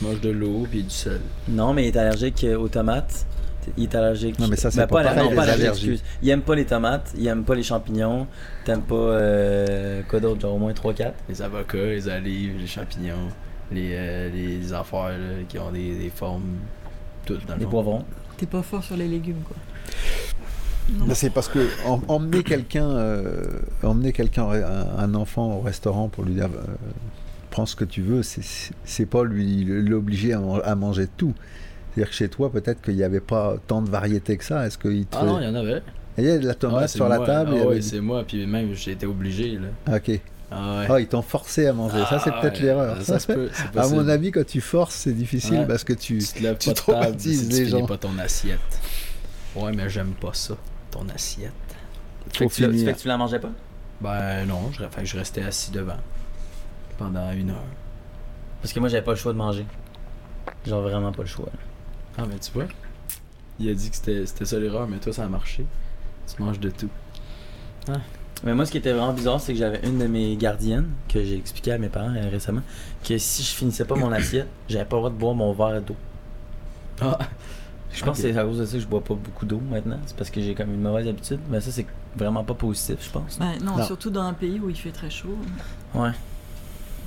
Je mange de l'eau, puis du sel.
Non, mais il est allergique euh, aux tomates. Il est allergique.
Non, mais ça, c'est
Ben,
pas
aller-
pareil,
non,
les
aller-
allergies.
excuse. Il aime pas les tomates, il aime pas les champignons, t'aimes pas. euh, quoi d'autre Genre au moins 3-4.
Les avocats, les olives, les champignons, les, euh, les affaires là, qui ont des, des formes, toutes dans le
Les
fond.
poivrons.
T'es pas fort sur les légumes, quoi.
Ben, c'est parce que em- emmener quelqu'un, euh, emmener quelqu'un, au re- un, un enfant au restaurant pour lui dire euh, prends ce que tu veux, c'est- c'est c'est pas lui l'obliger à, man- à manger tout. C'est-à-dire que chez toi, peut-être qu'il n'y avait pas tant de variété que ça. Est-ce qu'il te...
Ah non, il y en avait.
Il y avait de la tomate
Ah, c'est
sur la
moi.
table.
Ah
il y avait
ouais,
du-
c'est moi, puis même, j'ai été obligé, là.
Ah, ok.
Ah ouais.
Ah, ils t'ont forcé à manger. ça, c'est
Ah
peut-être
ouais.
l'erreur.
Ça, se peut, c'est
à mon
possible.
avis, quand tu forces, c'est difficile
Ouais.
parce que tu.
tu te lèves
tu
pas de table,
traumatises
si tu
les
finis
gens.
pas ton assiette. Ouais, mais j'aime pas ça, ton assiette.
Fait
Faut
que, tu, l'as-
finir.
fait que tu la mangeais pas
Ben non, je, fait que je restais assis devant pendant une heure.
Parce que moi, j'avais pas le choix de manger. Genre vraiment pas le choix.
Ah, mais tu vois, il a dit que c'était c'était ça l'erreur, mais toi, ça a marché. Tu manges de tout.
Mais moi, ce qui était vraiment bizarre, c'est que j'avais une de mes gardiennes, que j'ai expliqué à mes parents euh, récemment, que si je finissais pas mon assiette, j'avais pas le droit de boire mon verre d'eau.
Ah,
Je pense
Ok.
que c'est à cause de ça que je bois pas beaucoup d'eau maintenant. C'est parce que j'ai comme une mauvaise habitude. Mais ça, c'est vraiment pas positif, je pense.
Ben non,
Non.
surtout dans un pays où il fait très chaud.
Ouais.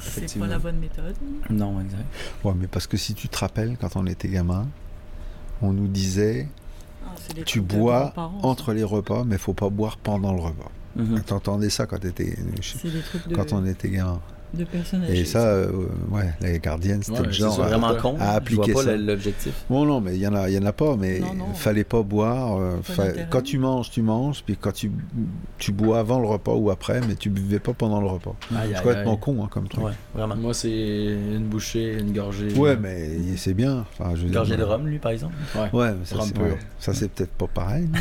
C'est
Effectivement.
pas la bonne méthode.
Non, exact.
Ouais, mais parce que si tu te rappelles, quand on était gamin, on nous disait
Ah, c'est les
tu
trucs de
bois
grands-parents, ça.
entre les repas, mais faut pas boire pendant le repas.
Mmh.
Mhm.
T'entendais ça quand t'étais euh,
C'est des trucs de,
quand on était gamin.
de personnes
Et
âgées.
ça, euh, ouais, les gardiennes, c'était
Ouais,
le
c'est
genre.
ça,
euh,
vraiment
à
con. Je vois
appliquer
pas
ça.
le- l'objectif.
Bon, non, mais il y en a, il y en a pas. Mais
Non, non.
fallait pas boire. euh,
Pas
fa-
d'intérêt.
Quand tu manges, tu manges, puis quand tu tu bois avant le repas ou après, mais tu buvais pas pendant le repas.
Aïe,
C'est
aïe,
complètement
aïe.
con hein, comme truc.
Ouais, vraiment.
Moi, c'est une bouchée, une gorgée.
Ouais, mais c'est bien. Enfin, je veux dire, euh,
Gorgée de rhum, lui, par exemple.
Ouais.
Ouais, mais ça,
Rhum
c'est,
pur.
ouais. Ça, c'est peut-être pas pareil. mais-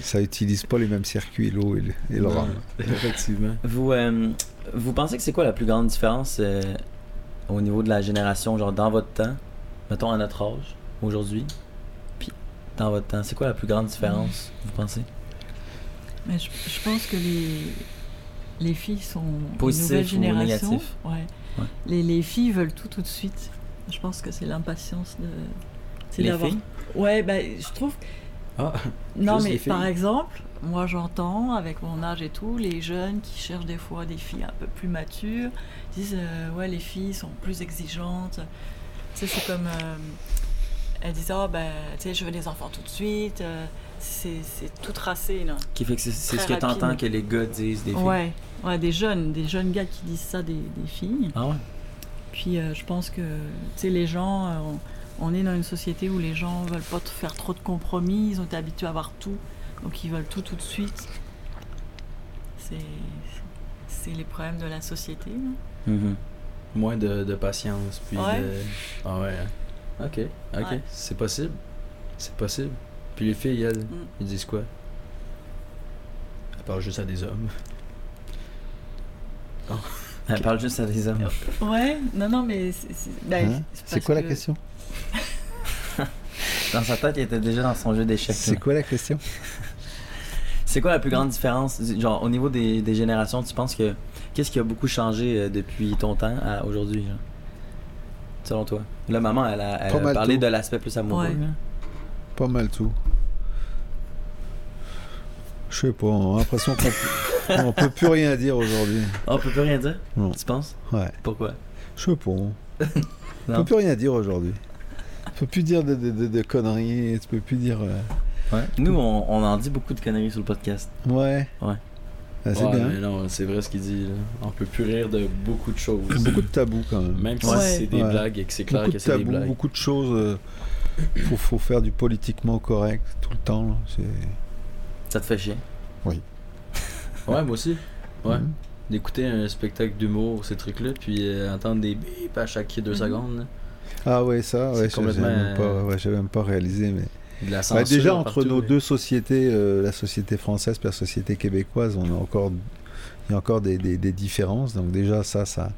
ça utilise pas les mêmes circuits, l'eau et le, et le
Non,
rhum.
Effectivement.
Vous, euh, vous pensez que c'est quoi la plus grande différence euh, au niveau de la génération, genre dans votre temps, mettons à notre âge, aujourd'hui, puis dans votre temps, c'est quoi la plus grande différence,
Mm.
vous pensez
Mais je, je pense que les, les filles sont
Positif
une nouvelle
ou
génération.
négatif?
Ouais.
Ouais.
Les, les filles veulent tout tout de suite. Je pense que c'est l'impatience de. C'est
Les
d'avoir-
filles
Ouais, ben je trouve.
Ah,
Non,
juste
mais
les filles.
par exemple, moi j'entends avec mon âge et tout, les jeunes qui cherchent des fois des filles un peu plus matures, disent euh, ouais les filles sont plus exigeantes. Tu sais, c'est comme euh, elles disent oh ben tu sais je veux des enfants tout de suite, euh, c'est c'est tout tracé là.
Qui fait que c'est c'est ce que
Très
t'entends
rapide.
que les gars disent des filles.
Ouais, ouais, des jeunes, des jeunes gars qui disent ça des, des filles.
Ah ouais.
Puis euh, je pense que, tu sais, les gens, euh, on, on est dans une société où les gens veulent pas t- faire trop de compromis, ils ont été habitués à avoir tout, donc ils veulent tout tout de suite. C'est, c'est les problèmes de la société. hein.
Mhm.
Moins de, de patience, puis
Ouais.
de- Ah ouais. hein. Ok, ok.
Ouais.
C'est possible. C'est possible. Puis les filles, elles,
Mm.
ils disent quoi? Elles parlent juste à des hommes.
Elle parle juste à des hommes.
Ouais, non, non, mais c'est, c'est-
Hein
ben, c'est
c'est
parce
quoi la
que-
question
Dans sa tête, il était déjà dans son jeu d'échecs.
C'est
là.
quoi la question
C'est quoi la plus grande différence, genre au niveau des, des générations, tu penses que qu'est-ce qui a beaucoup changé euh, depuis ton temps à aujourd'hui, genre? selon toi Là, maman, elle a, elle
Pas
a
mal
parlé
tout.
de l'aspect plus amoureux.
Ouais.
là.
Pas mal tout. Je sais pas, on a l'impression qu'on peut- on peut plus rien dire aujourd'hui.
Ah, on peut plus rien dire
Non.
Tu penses
Ouais,
Pourquoi
je sais pas. On
Non.
peut plus rien dire aujourd'hui. On peut plus dire de, de- de- de conneries, tu peux plus dire. euh,
Nous, on, on en dit beaucoup de conneries sur le podcast.
Ouais.
Ouais.
Ah, c'est
Ouais,
bien.
mais non, c'est vrai ce qu'il dit. là. On peut plus rire de beaucoup de choses.
Beaucoup de tabous quand même.
Même si
Ouais.
c'est des
Ouais.
blagues et que c'est clair
beaucoup
que
de
c'est des
tabous,
blagues.
beaucoup de choses. Il faut, faut faire du politiquement correct tout le temps. là, c'est-
Ça te fait chier.
Ouais, moi aussi. Ouais.
Mhm.
D'écouter un spectacle d'humour, ces trucs-là, puis euh, entendre des bips à chaque deux
Mhm.
secondes. là.
Ah ouais, ça,
C'est
ouais, ça, j'ai
complètement,
même, pas-
euh,
ouais, j'ai même pas réalisé. Mais...
De la
Bah,
censure
déjà, entre
partout,
nos
là.
deux sociétés, euh, la société française et la société québécoise, on a encore... il y a encore des, des- des différences. Donc déjà, ça, ça,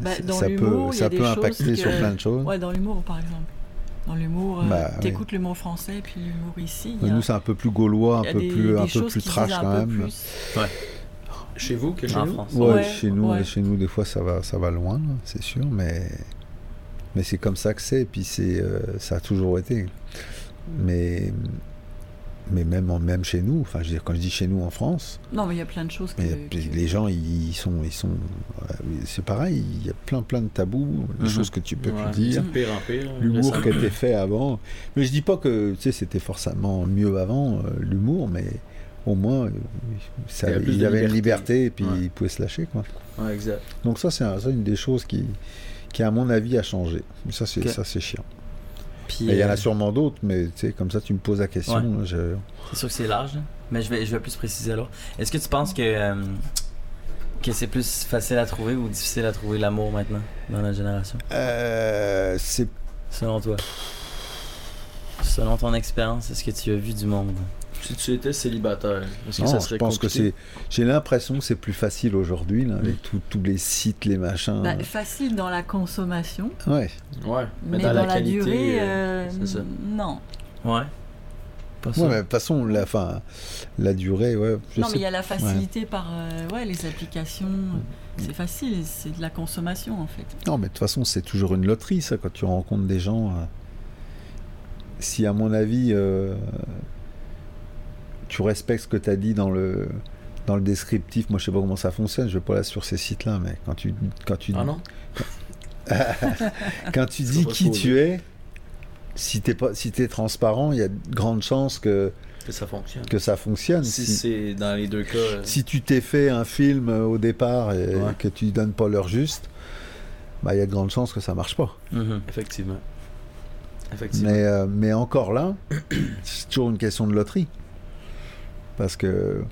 Bah,
ça-
dans
ça
ben, l'humour,
peut,
il y a
ça
des
peut
choses
impacter
que-
sur plein de choses.
Ouais, dans l'humour par exemple. Dans l'humour, euh,
Bah,
t'écoutes l'humour français, puis l'humour ici. il y a-
Nous, c'est un peu plus gaulois, un
il y a
peu
des-
plus, un
des
peu
choses
plus
qui
trash
disent un
quand
peu
même.
plus.
Chez vous que chez
en
nous?
France.
Ouais,
Ouais,
chez nous,
ouais.
chez nous, des fois, ça va, ça va loin, là, c'est sûr, mais mais c'est comme ça que c'est, et puis c'est, euh, ça a toujours été. Mais mais même en- même chez nous, enfin, je veux dire, quand je dis chez nous en France,
Non, mais il y a plein de choses
mais
que- que-
les gens, ils ils sont, ils sont, ouais, c'est pareil, il y a plein, plein de tabous, des
Mhm.
choses que tu peux
Ouais,
plus dire.
c'est de pire en pire.
l'humour
récemment.
qui était fait avant. Mais je dis pas que tu sais, c'était forcément mieux avant euh, l'humour, mais au moins euh, ça,
Il y avait plus
il
de
avait une
liberté.
liberté et puis
Ouais.
il pouvait se lâcher quoi.
Ouais, exact.
Donc ça c'est un- ça, une des choses qui qui à mon avis a changé. Mais ça c'est
Ok.
ça c'est chiant.
Puis,
Et Il y en
euh,
a sûrement d'autres, mais tu sais comme ça tu me poses la question. je-
C'est sûr que c'est large, là. mais je vais, je vais plus préciser alors. Est-ce que tu penses que, euh, que c'est plus facile à trouver ou difficile à trouver l'amour maintenant dans la génération
Euh, c'est
Selon toi Selon ton expérience, est-ce que tu as vu du monde
Si tu étais célibataire, est-ce que
non,
ça
je
serait
pense que
compliqué? Mm.
c'est. J'ai l'impression que c'est plus facile aujourd'hui là, avec tous- tous les sites, les machins.
Bah, facile dans la consommation,
Ouais.
Ouais,
mais, dans, la, durée, euh,
c'est ça.
non.
Ouais. Pas
Ouais,
sûr.
mais de toute façon, la, fin, la durée, ouais. Mm. je
non,
sais
mais il y a la facilité par euh, ouais, les applications. C'est facile, c'est de la consommation en fait.
Non, mais de toute façon, c'est toujours une loterie, ça, quand tu rencontres des gens. euh, Si, à mon avis, euh, tu respectes ce que tu as dit dans le, dans le descriptif, moi, je sais pas comment ça fonctionne, je vais pas là sur ces sites-là, mais quand tu, quand tu,
Ah non?
quand tu
Je
dis
vois
qui
pas
tu es, si t'es pas, si t'es transparent, il y a de grandes chances que,
Que ça fonctionne.
que ça fonctionne.
Si,
Ah, Si-
c'est dans les deux cas. euh,
si tu t'es fait un film euh, au départ et
Ouais.
que tu donnes pas l'heure juste, bah il y a de grandes chances que ça marche pas.
Mhm.
Effectivement. Effectivement.
Mais, euh, mais encore là, c'est toujours une question de loterie. Parce que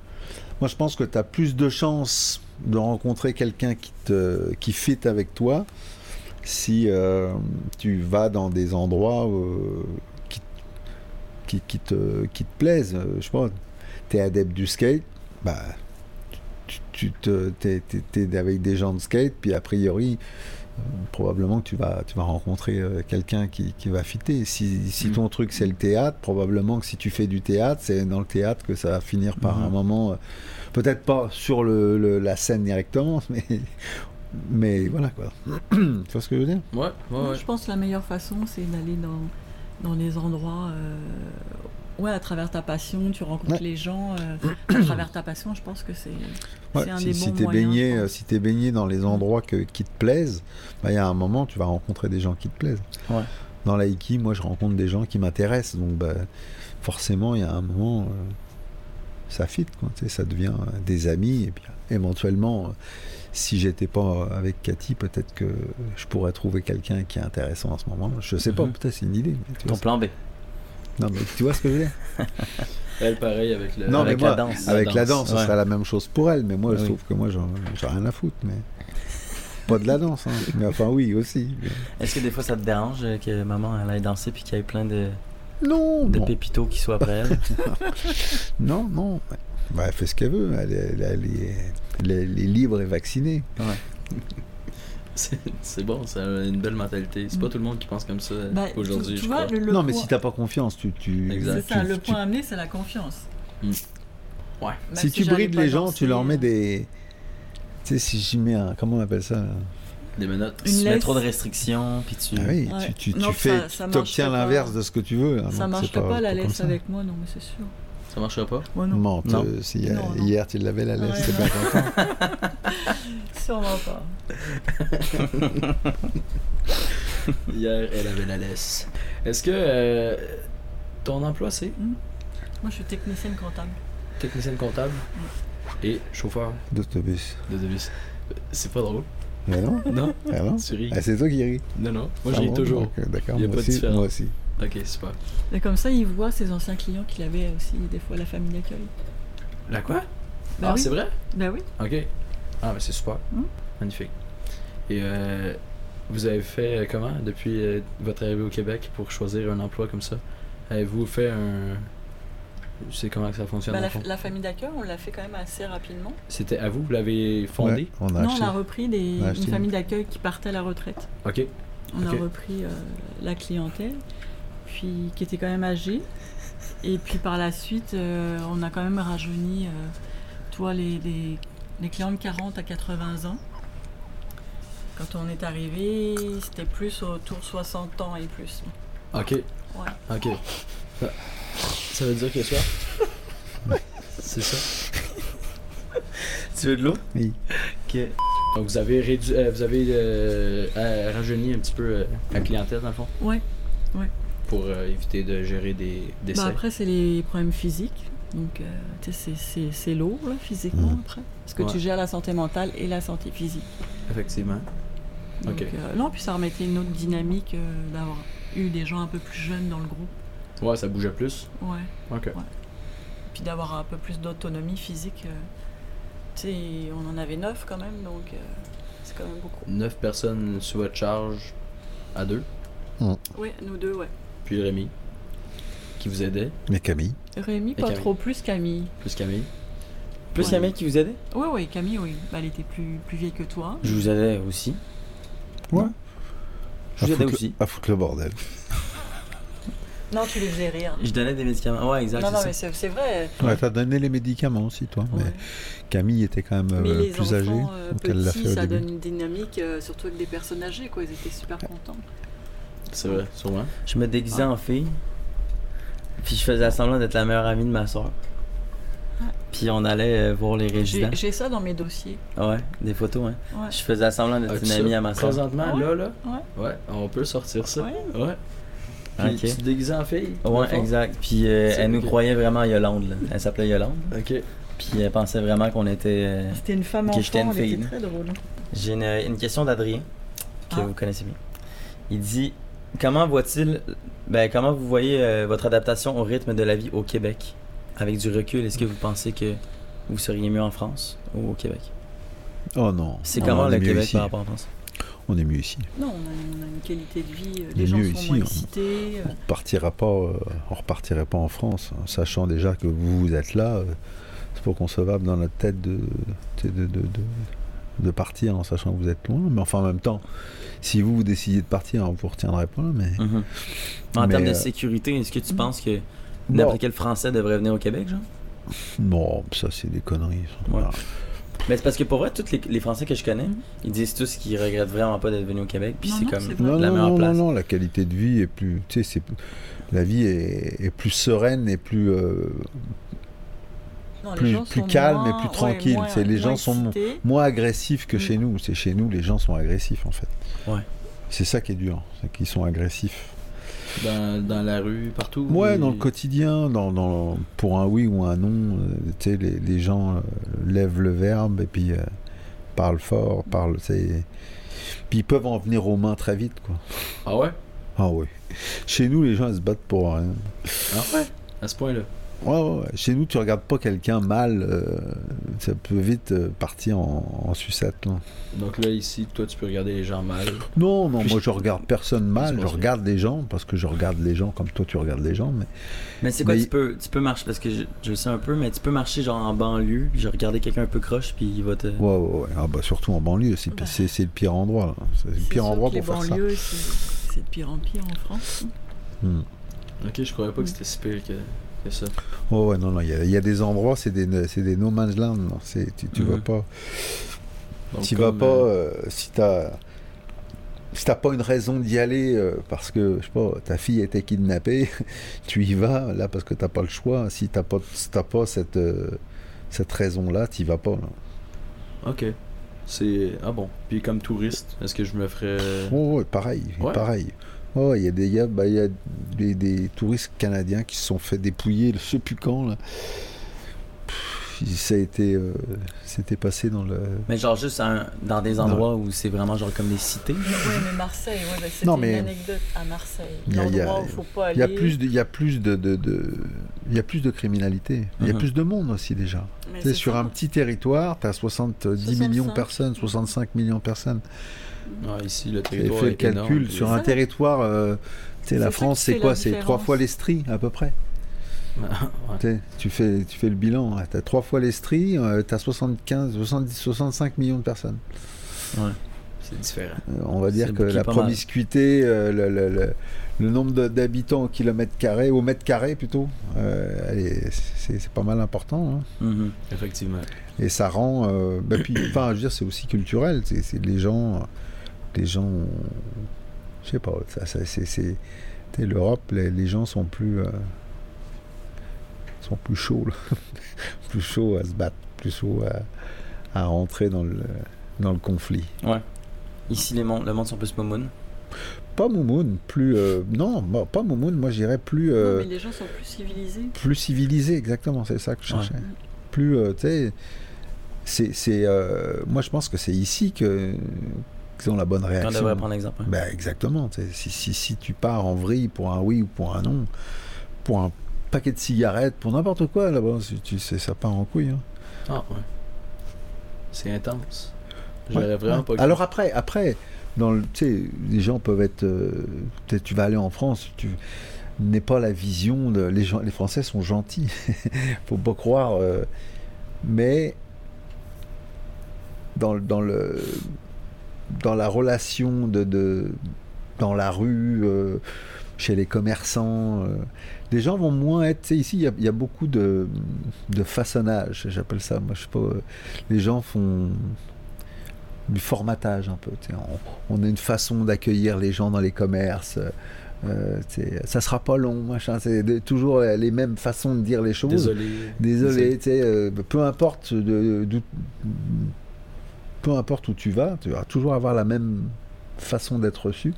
moi je pense que tu as plus de chances de rencontrer quelqu'un qui te qui fit avec toi si euh, tu vas dans des endroits euh, qui, qui, qui te, qui te plaisent. Euh, Je sais pas, tu es adepte du skate, bah tu, tu te, t'es, t'es- t'es avec des gens de skate, puis a priori, euh, probablement que tu vas, tu vas rencontrer euh, quelqu'un qui, qui va fitter. Si, si
Mm.
ton truc c'est le théâtre, probablement que si tu fais du théâtre, c'est dans le théâtre que ça va finir par
Mhm.
un moment, euh, peut-être pas sur le, le- la scène directement, mais, mais voilà quoi. tu vois ce que je veux dire
Ouais, ouais,
Moi,
ouais.
je pense que la meilleure façon, c'est d'aller dans, dans les endroits. euh, ouais, à travers ta passion, tu rencontres
Ouais.
les gens. euh, à travers ta passion, je pense que c'est
Ouais,
c'est un
si
des
si
bons
t'es
moyens.
baigné,
je
euh,
pense.
si t'es baigné dans les endroits que, qui te plaisent, bah, il y a un moment, tu vas rencontrer des gens qui te plaisent.
Ouais.
Dans l'Aïki, moi, je rencontre des gens qui m'intéressent. Donc, bah, forcément, il y a un moment, euh, ça fit, quoi, tu sais, ça devient euh, des amis. Et puis, éventuellement, euh, si j'étais pas avec Cathy, peut-être que je pourrais trouver quelqu'un qui est intéressant à ce moment-là. Je sais pas,
Mhm.
peut-être c'est une idée. mais tu, vois
Ton plan B.
ce- non, mais tu vois ce que je veux dire
Elle, pareil avec le.
Non,
avec
mais moi,
la danse.
Avec la danse,
ouais.
ça serait la même chose pour elle, mais moi,
Ah
je
oui.
trouve que moi, j'en- j'ai rien à foutre, mais pas de la danse. hein. Mais enfin, oui, aussi.
Est-ce que des fois ça te dérange euh, que maman elle aille danser puis qu'il y ait plein de,
Non,
de
non,
pépitos qui soient après elle
non, non. Bah, elle fait ce qu'elle veut. Elle, est- elle- elle est, elle est- elle est libre et vaccinée.
C'est c'est bon, ça a une belle mentalité. C'est pas tout le monde qui pense comme ça
Bah, Mm. tu-
aujourd'hui,
tu
je
vois, le,
crois.
le
non, mais
point-
si t'as pas confiance, tu, tu,
Exact.
c'est
tu,
ça, le
tu- Hmm.
point à amener, c'est la confiance.
Mm. Ouais.
Même
si tu
j'allais
brides
pas
les gens,
danser,
tu leur mets
euh,
des. Tu sais, si j'y mets un. Comment on appelle ça là
Des menottes.
Tu
Une
mets
laisse.
trop de restrictions puis tu.
Ah oui,
Ouais.
tu, tu,
Non,
tu fais.
ça- ça
tu obtiens
marcherait pas.
l'inverse de ce que tu veux. hein, donc
Ça
c'est
marcherait pas, la
comme
laisse
ça.
avec moi, non, mais c'est sûr.
Ça marchera pas.
Moi non,
Non,
Non.
te- si, euh,
Non, non.
hier tu l'avais la laisse,
Ouais,
t'es
non.
pas content.
sûrement pas.
Hier, elle avait la laisse. Est-ce que euh, ton emploi, c'est
Moi, je suis technicienne comptable.
technicienne comptable et chauffeur
D'autobus.
de devis? C'est pas drôle.
Mais non,
Non,
mais non.
tu ris.
Ah, c'est toi qui ris.
Non, non. Moi,
Ah
je ris
bon,
toujours.
donc, euh, D'accord,
Il y a
moi,
pas de
aussi,
différence.
moi aussi.
Ok, super.
Et comme ça, il voit ses anciens clients qu'il avait aussi, des fois, la famille d'accueil.
La quoi
Bah
Ah,
oui.
c'est vrai?
Bah oui.
Ok. Ah, mais c'est super.
Mm.
Magnifique. Et euh, vous avez fait euh, comment depuis euh, votre arrivée au Québec pour choisir un emploi comme ça Avez-vous fait un. Je sais comment que ça fonctionne.
Bah,
dans
la,
le fond.
la famille d'accueil, on l'a fait quand même assez rapidement.
C'était à vous, vous l'avez fondé
Ouais, on a
non,
acheté.
on a repris des,
On
une
a acheté.
famille d'accueil qui partait à la retraite.
Ok.
On
Ok.
a repris euh, la clientèle. puis qui était quand même âgé. Et puis par la suite, euh, on a quand même rajeuni, euh, toi, les, les, les clients de 40 à 80 ans. Quand on est arrivé, c'était plus autour 60 ans et plus.
Ok. Ok. Ça- Ça veut dire que soir? C'est ça. tu veux de l'eau?
Oui.
Ok. Donc vous avez réduit, euh, vous avez euh, euh, rajeuni un petit peu euh, la clientèle dans le fond.
Ouais. Ouais.
Pour euh, éviter de gérer des décès.
Bah, après, c'est les problèmes physiques. Donc, euh, tu sais, c'est- c'est- c'est lourd, là, physiquement, après. Parce que
Mm. Ouais.
tu gères la santé mentale et la santé physique.
Effectivement.
Donc,
Ok.
euh, non, puis ça remettait une autre dynamique euh, d'avoir eu des gens un peu plus jeunes dans le groupe.
Ouais, ça bougeait plus.
Ouais.
Ok.
Puis d'avoir un peu plus d'autonomie physique. euh, tu sais, on en avait neuf quand même, donc euh, c'est quand même beaucoup.
9 personnes sous votre charge à deux,
Oui, nous deux, ouais.
puis Rémi qui vous aidait,
Mais Camille,
Rémi,
Et
pas
Camille.
trop plus Camille.
plus Camille.
Plus
Ouais.
Camille qui vous aidait
Oui, oui, Camille, oui. Bah, elle était plus, plus vieille que toi.
Je vous aidais aussi.
Ouais. Ah,
Je vous
à,
aidais
foutre
aussi.
Le, à foutre le bordel.
Non, tu les faisais rire.
Je donnais des médicaments. Ouais, exact.
Non,
c'est
non,
ça.
mais c'est c'est vrai.
Ouais, t'as donné les médicaments aussi, toi.
Ouais.
Mais Camille était quand même
Mais
euh,
les
plus
enfants
âgée.
euh,
donc elle l'a
petits,
fait au
ça
début.
donne une dynamique, euh, surtout avec des personnes âgées, quoi. Ils étaient super contents.
C'est vrai, sûrement.
Je me déguisais en fille. Puis je faisais semblant d'être la meilleure amie de ma soeur. Puis on allait euh, voir les
J'ai
résidents.
j'ai ça dans mes dossiers.
Ouais, des photos, hein.
Ouais.
Je faisais semblant d'être
As-tu
une
ça
amie à ma soeur.
Présentement,
Ouais.
là, là.
Ouais.
Ouais, on peut sortir ça.
Ouais.
Ouais. Puis
Ok.
Tu te déguisais en fille? dans le
Ouais,
fond?
exact. Puis euh,
C'est
elle nous
ok.
croyait vraiment à Yolande. là. Elle s'appelait Yolande.
Ok.
Puis elle pensait vraiment qu'on était. euh,
Ah, C'était une femme
Que enfant, j'étais une elle était fille.
très drôle.
J'ai une, une question d'Adrien, que
Ah.
vous connaissez bien. Il dit Comment voit-il ben, comment vous voyez euh, votre adaptation au rythme de la vie au Québec? Avec du recul, est-ce que vous pensez que vous seriez mieux en France ou au Québec?
Oh non.
C'est
Non,
comment
on
le
est mieux
Québec
ici.
par rapport en France?
On est mieux ici.
Non, on a, on a une qualité de vie. euh,
Mais
Les gens
mieux
sont
ici,
moins
hein.
excités. euh,
On partira pas, euh, on repartirait pas en France, hein, sachant déjà que vous, vous êtes là. euh, c'est pas concevable dans notre tête de, de, de- de- de- de partir en sachant que vous êtes loin. Mais enfin, en même temps, si vous, vous décidez de partir, on vous retiendrait pas. Mais
Mhm. En
Mais,
termes de
euh,
sécurité, est-ce que tu
Mhm.
penses que
Bon.
n'importe quel Français devrait venir au Québec, genre?
non, ça c'est des conneries. ça.
Ouais.
Voilà.
Ben, c'est parce que pour vrai, tous les, les Français que je connais, ils disent tous qu'ils regrettent vraiment pas d'être venus au Québec, puis
Non,
c'est
non,
comme
c'est vrai.
la
Non, non,
meilleure
non,
place.
non, non, la qualité de vie est plus, tu sais, c'est- la vie est, est plus sereine et plus euh,
non, les
plus-
gens
plus
sont
calme et
moins-
plus tranquille,
moins-
c'est- les
moins
gens sont mo-
excités.
moins agressif que
Mm.
chez nous. C'est chez nous, les gens sont agressifs en fait.
Ouais.
C'est ça qui est dur, c'est qu'ils sont agressifs.
Dans, dans la rue, partout.
Ouais,
et-
dans le quotidien, dans, dans- pour un oui ou un non, euh, tu sais, les, les gens euh, lèvent le verbe et puis euh, parlent fort, parlent. c'est- Puis ils peuvent en venir aux mains très vite, quoi.
Ah ouais?
Ah oui. Chez nous, les gens ils se battent pour rien.
Ah ouais? À ce point-là.
Ouais, ouais, ouais. Chez nous, tu regardes pas quelqu'un mal, euh, ça peut vite euh, partir en, en sucette. là.
Donc là, ici, toi, tu peux regarder les gens mal.
Non, non,
Puis
moi
je-
je regarde personne mal,
C'est
je
bon, c'est-
regarde les gens parce que je regarde les gens comme toi tu regardes les gens, mais
Mais c'est quoi,
Mais-
tu, peux, tu peux marcher, parce que je, je le sais un peu, mais tu peux marcher genre en banlieue, j'ai regardé quelqu'un un peu croche, puis il va te.
ouais, ouais, ouais. Ah, bah, surtout en banlieue, c'est
Bah.
c'est- c'est le pire endroit, là. c'est le
C'est
pire
sûr
endroit
que les
pour faire ça.
banlieues, c'est- C'est de pire en pire en France.
Ok, je croyais pas que c'était si pire que, que ça.
Oh ouais, non, non, il y, a- il y a des endroits, c'est des, c'est des no man's land. non, c'est- Tu, tu vas
Mhm.
pas.
Donc,
Tu vas
comme,
pas
euh,
euh, si t'as. Si t'as pas une raison d'y aller euh, parce que, je sais pas, ta fille a été kidnappée, tu y vas là parce que t'as pas le choix. Si t'as pas, si t'as pas cette, euh, cette raison-là, t'y vas pas. là.
Ok. C'est. Ah bon. Puis comme touriste, est-ce que je me ferais.
Oh, ouais, pareil,
Ouais.
pareil. Oh, il y a des gars, bah, il y a des, des touristes canadiens qui se sont fait dépouiller, je sais plus quand là. Pff, ça a été, euh, c'était passé dans le.
Mais genre juste à un- dans des endroits où c'est vraiment genre comme des cités.
Oui, mais Marseille, ouais, bah, c'était
Non, mais-
une anecdote à Marseille.
Il y a- il y a-
L'endroit où il faut pas aller.
Il y a plus de, il y a plus de, de, de- il y a plus de criminalité. Il y a
Mhm.
plus de monde aussi déjà.
Mais
Tu sais,
c'est
sur
ça.
un petit territoire, tu as 70 millions de
65.
personnes, 65 millions de personnes.
Ah, ici, le
Tu
territoire.
fait le
est énorme,
calcul
puis-
sur un
ça.
territoire. euh, tu sais,
C'est
la
ça
France,
qui
c'est
fait
quoi
la
C'est trois
différence.
fois l'Estrie à peu près.
Ouais.
Tu sais, Tu fais, tu fais le bilan. Tu as euh, trois fois l'Estrie, tu as 75, 70, 65 millions de personnes.
C'est différent.
Euh, On va dire
C'est
que
qui est
la
pas mal.
promiscuité, euh, le, le- le- le nombre de- d'habitants au kilomètre carré, au mètre carré plutôt, euh, elle est- c'est c'est pas mal important. hein.
Mhm.
Effectivement.
Et ça rend. euh, bah, puis, enfin, je veux dire, c'est aussi culturel. C'est c'est les gens. Les gens. ont- Je sais pas. Ça, ça- c'est- c'est- tu sais, L'Europe, les, les gens sont plus. euh, sont plus chauds. là. plus chauds à se battre. Plus chauds à, à rentrer dans le, dans le conflit.
Ici, les mondes, le monde sont plus momoun.
Pas Moumoun. Plus. euh, non, bah, pas Moumoun. Moi, j'irais plus.
Non,
euh,
mais les gens sont plus civilisés.
plus civilisé, exactement, c'est ça que je
Ouais.
cherchais. Plus, euh, tu sais, c'est, c'est, euh, moi je pense que c'est ici que qu'ils ont la bonne
On
réaction.
devrait prendre l'exemple. hein.
Ben, exactement. tu sais, Si, si, si tu pars en vrille pour un oui ou pour un non, pour un paquet de cigarettes, pour n'importe quoi là-bas, c'est- tu sais, ça part en couille. hein.
Ah, ouais. C'est intense.
Ouais,
J'aurais vraiment
ouais.
pas cru.
Alors après, après, dans le, tu sais, les gens peuvent être, euh, peut-être tu vas aller en France, tu n'es pas la vision de les gens, les Français sont gentils, faut pas croire, euh, mais dans, le- dans le, dans la relation de, de- dans la rue, euh, chez les commerçants. euh, les gens vont moins être. tu sais, Ici, il y a- il y, a beaucoup de, de façonnage, j'appelle ça. Moi, je sais pas. euh, Les gens font du formatage un peu. tu sais, On, on a une façon d'accueillir les gens dans les commerces. euh, tu sais, ça sera pas long, machin. C'est de- toujours les mêmes façons de dire les choses.
Désolé.
Désolé, tu sais, euh, peu importe de- d'où- peu importe où tu vas, tu vas toujours avoir la même façon d'être reçu.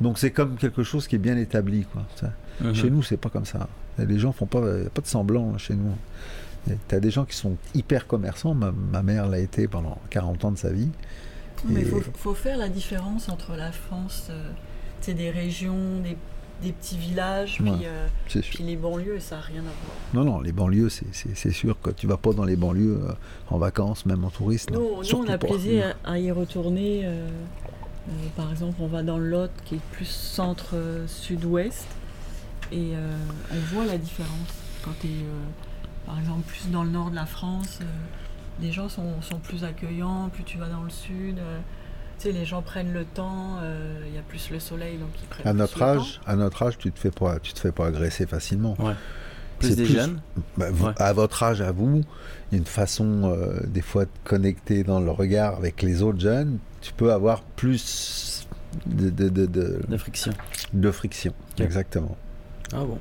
Donc c'est comme quelque chose qui est bien établi, quoi. ça.
Mhm.
Ben, Chez nous, c'est pas comme ça. Les gens font pas, y a pas de semblant hein, chez nous. Et T'as des gens qui sont hyper commerçants. Ma, ma mère l'a été pendant 40 ans de sa vie.
Non, mais
Et-
il faut, faut faire la différence entre la France, euh, tu sais, des régions, des, des petits villages,
Ouais.
puis, euh,
C'est sûr.
puis les banlieues, et ça n'a rien à voir.
Non, non, les banlieues, c'est- c'est c'est sûr que tu vas pas dans les banlieues euh, en vacances, même en touriste.
Nous,
non.
on- nous, on
Surtout
a
pas.
plaisir à, à y retourner. euh, euh, par exemple, on va dans le Lot, qui est plus centre-sud-ouest, et euh, on voit la différence. Quand tu es, par exemple, plus dans le nord de la France, euh, les gens sont, sont plus accueillants, plus tu vas dans le sud. euh, tu sais, les gens prennent le temps, euh, il y a plus le soleil, donc ils prennent
À
plus
notre
le
âge, à notre âge, tu te fais pas, tu te fais pas agresser facilement.
Plus
c'est
des
plus-
jeunes.
Bah, vous-
Ouais.
À votre âge, à vous, il y a une façon euh, des fois de connecter dans le regard avec les autres jeunes. Tu peux avoir plus de, de, de, de-
De friction.
de friction.
Ok.
Exactement.
Ah bon.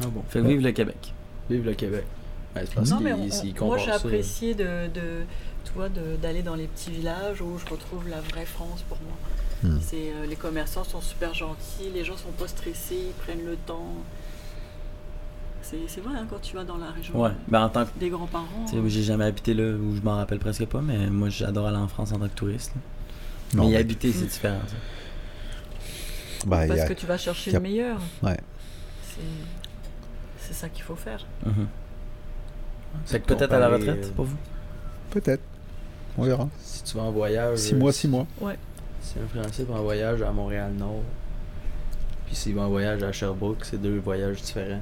Ah bon.
Fait que vive le Québec.
Vive le Québec. Ouais, c'est parce
Non, mais
qu'ils-
on-
s'ils
on- moi
comparent
euh.
j'ai
ça-
apprécié de, de- tu vois, de- d'aller dans les petits villages où je retrouve la vraie France pour moi.
Hmm.
C'est, euh, les commerçants sont super gentils, les gens sont pas stressés, ils prennent le temps. C'est, c'est vrai hein, quand tu vas dans la région
Ouais. Ben, en tant que.
des grands-parents.
Tu sais, j'ai jamais habité là où je m'en rappelle presque pas, mais moi j'adore aller en France en tant que touriste. là.
Non,
mais y
mais-
habiter, c'est différent. ça.
bah, il y
hein, parce
a-
que tu vas chercher
y a-
le meilleur.
Ouais.
C'est, c'est ça qu'il faut faire.
Mhm. Fait
C'est
que peut-être à la
comparé,
retraite,
euh,
pour vous.
Peut-être. On verra.
Si tu vas en voyage.
Six
euh,
mois, six mois.
Si un Français va en voyage à Montréal-Nord, puis s'il va en voyage à Sherbrooke, c'est deux voyages différents.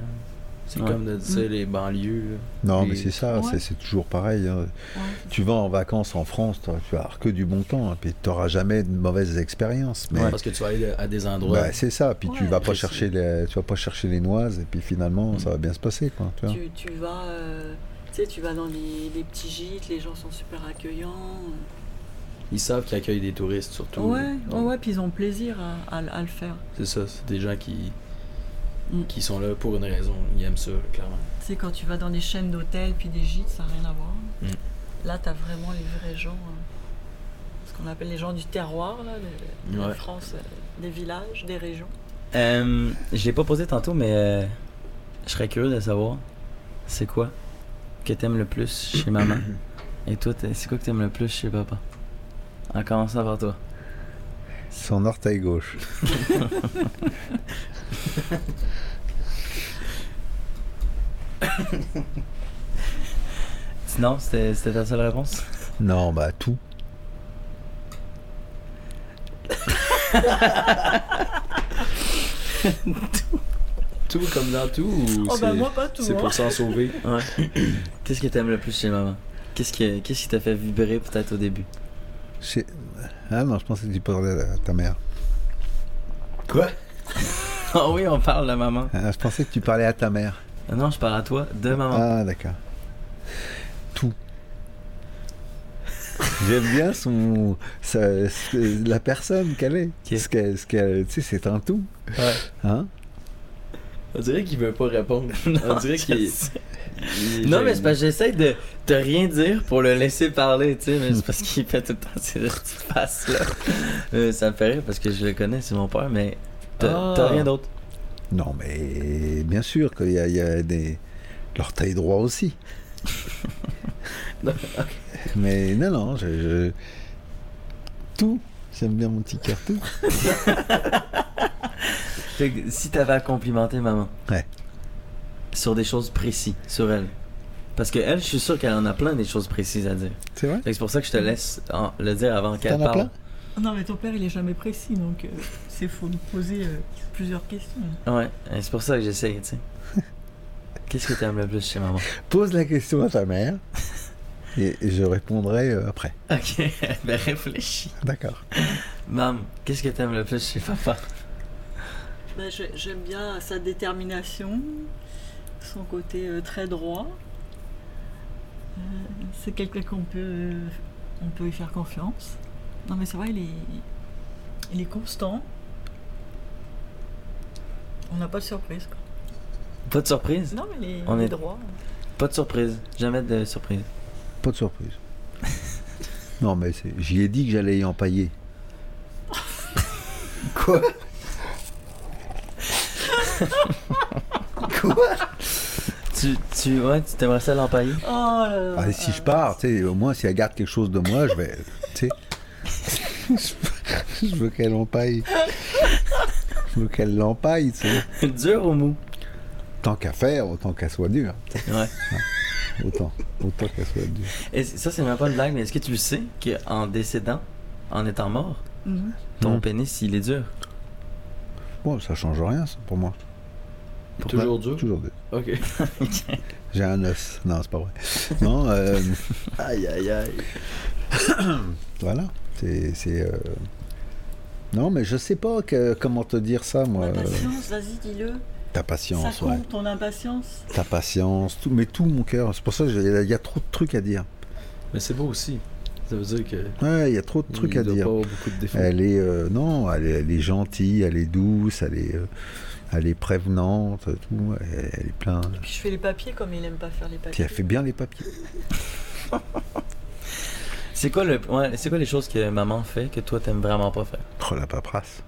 C'est
Ouais.
comme de dire
Hmm.
les banlieues. là.
Non, mais
Et-
c'est ça, c'est-
Ouais.
c'est toujours pareil. hein.
Ouais.
Tu vas en vacances en France, toi, tu vas avoir que du bon temps, hein, puis tu n'auras jamais de mauvaises expériences. Mais
Parce que tu vas aller à des endroits.
bah, c'est ça, puis tu
Ouais.
vas pas
Précis.
chercher les, tu vas pas chercher les noises, et puis finalement, ça va bien se passer, quoi. Tu vois.
Tu, tu vas, euh, tu sais, tu vas dans les, les petits gîtes, les gens sont super accueillants.
ils savent qu'ils accueillent des touristes surtout.
Ouais, ouais,
Donc,
ouais, puis ils ont plaisir à, à- à le faire.
C'est ça, c'est des gens qui,
Mm.
qui sont là pour une raison. Ils aiment ça, clairement.
Tu sais, quand tu vas dans des chaînes d'hôtels puis des gîtes, ça n'a rien à voir.
Mm.
Là, tu as vraiment les vrais gens, euh, ce qu'on appelle les gens du terroir, là, de, de la
Ouais.
France, euh, des villages, des régions.
Euh, je l'ai pas posé tantôt, mais euh, je serais curieux de savoir c'est quoi que t'aimes le plus chez maman. Et toi, t'es- c'est quoi que t'aimes le plus chez papa En commençant par toi.
Son orteil gauche.
Sinon, c'était c'était ta seule réponse
Non, bah tout.
Tout comme dans tout ou
Oh,
c'est,
bah, moi, pas tout.
c'est
hein.
pour s'en sauver?
Ouais. Qu'est-ce que t'aimes le plus chez maman Qu'est-ce que- qu'est-ce qui t'a fait vibrer peut-être au début
Chez- Ah non, je pensais que tu parlais à ta mère. Quoi
Ah oui, on parle de maman.
Ah, Je pensais que tu parlais à ta mère.
Ah Non, je parle à toi, de maman.
Ah, d'accord. Tout. J'aime bien son, sa- ce- la personne qu'elle est.
Ok.
Ce qu'elle, ce qu'elle- tu sais, c'est un tout.
Ouais.
Hein
On dirait qu'il veut pas répondre. On dirait qu'il. il-
Non, mais c'est parce que j'essaie de, de rien dire pour le laisser parler, tu sais, mais c'est parce qu'il fait tout le temps ces petites faces-là. Euh, ça me fait rire parce que je le connais, c'est mon père, mais t'as
Ah.
t'as rien d'autre.
Non, mais bien sûr qu'il y a, il y a des l'orteil droit aussi.
Non,
Mais non, non, je, je- tout. J'aime bien mon petit cœur tout.
Fait que si t'avais à complimenter maman.
Ouais.
Sur des choses précises, sur elle. Parce que elle, je suis sûr qu'elle en a plein des choses précises à dire.
C'est vrai
Fait que c'est pour ça que je te laisse en- le dire avant qu'elle
T'en as
parle.
plein
Non, mais ton père, il est jamais précis, donc euh, c'est faut lui poser euh, plusieurs questions.
Ouais, et c'est pour ça que j'essaie, tu sais. Qu'est-ce que t'aimes le plus chez maman?
Pose la question à ta mère et je répondrai euh, après.
Ok, ben réfléchis.
D'accord.
Maman, qu'est-ce que t'aimes le plus chez papa?
Ben, j'ai- J'aime bien sa détermination, son côté euh, très droit. Euh, c'est quelqu'un qu'on peut, euh, on peut y faire confiance. Non mais c'est vrai, il est, il est constant. On n'a pas de surprise. quoi.
Pas de surprise?
Non mais il est,
On
il est
est-
droit.
Pas de surprise. Jamais de surprise.
Pas de surprise. non, mais c'est- j'y ai dit que j'allais y empailler. Quoi Quoi
Tu, tu, ouais, tu t'aimerais ça l'empailler?
Oh là là.
Ah, Si je pars, tu sais, au moins si elle garde quelque chose de moi, je vais. Tu sais. je veux qu'elle empaille. Je veux qu'elle l'empaille, tu sais.
Dur ou mou?
Tant qu'à faire, autant qu'elle soit dure. Ah,
Ouais.
Autant. Autant qu'elle soit dure.
Et c- ça, c'est même pas une blague, mais est-ce que tu le sais qu'en décédant, en étant mort,
Mhm.
ton
Mm.
pénis, il est dur?
Bon, ça change rien, ça, pour moi. Pourquoi
Toujours dur.
Toujours dure.
Ok.
J'ai un os. Non, c'est pas vrai. Non, euh,
Aïe, aïe, aïe.
voilà. C'est. c'est, euh, Non, mais je sais pas que- comment te dire ça, moi.
La patience, vas-y dis-le.
Ta
Ça
patience,
compte
ouais.
ton impatience.
Ta patience, tout, mais tout mon cœur. C'est pour ça qu'il y a trop de trucs à dire.
Mais c'est beau aussi. Ça veut dire que.
Ouais, il y a trop de trucs
il
à
doit
dire.
pas hein. avoir beaucoup de défauts.
Elle est. euh, non, elle est, elle est gentille, elle est douce, elle est. euh, elle est prévenante, euh, tout. Elle, elle est plein.
Puis je fais les papiers comme il aime pas faire les
Puis
papiers.
elle fait bien les papiers.
C'est quoi, le, ouais, c'est quoi les choses que maman fait que toi, t'aimes vraiment pas faire?
Oh, la paperasse.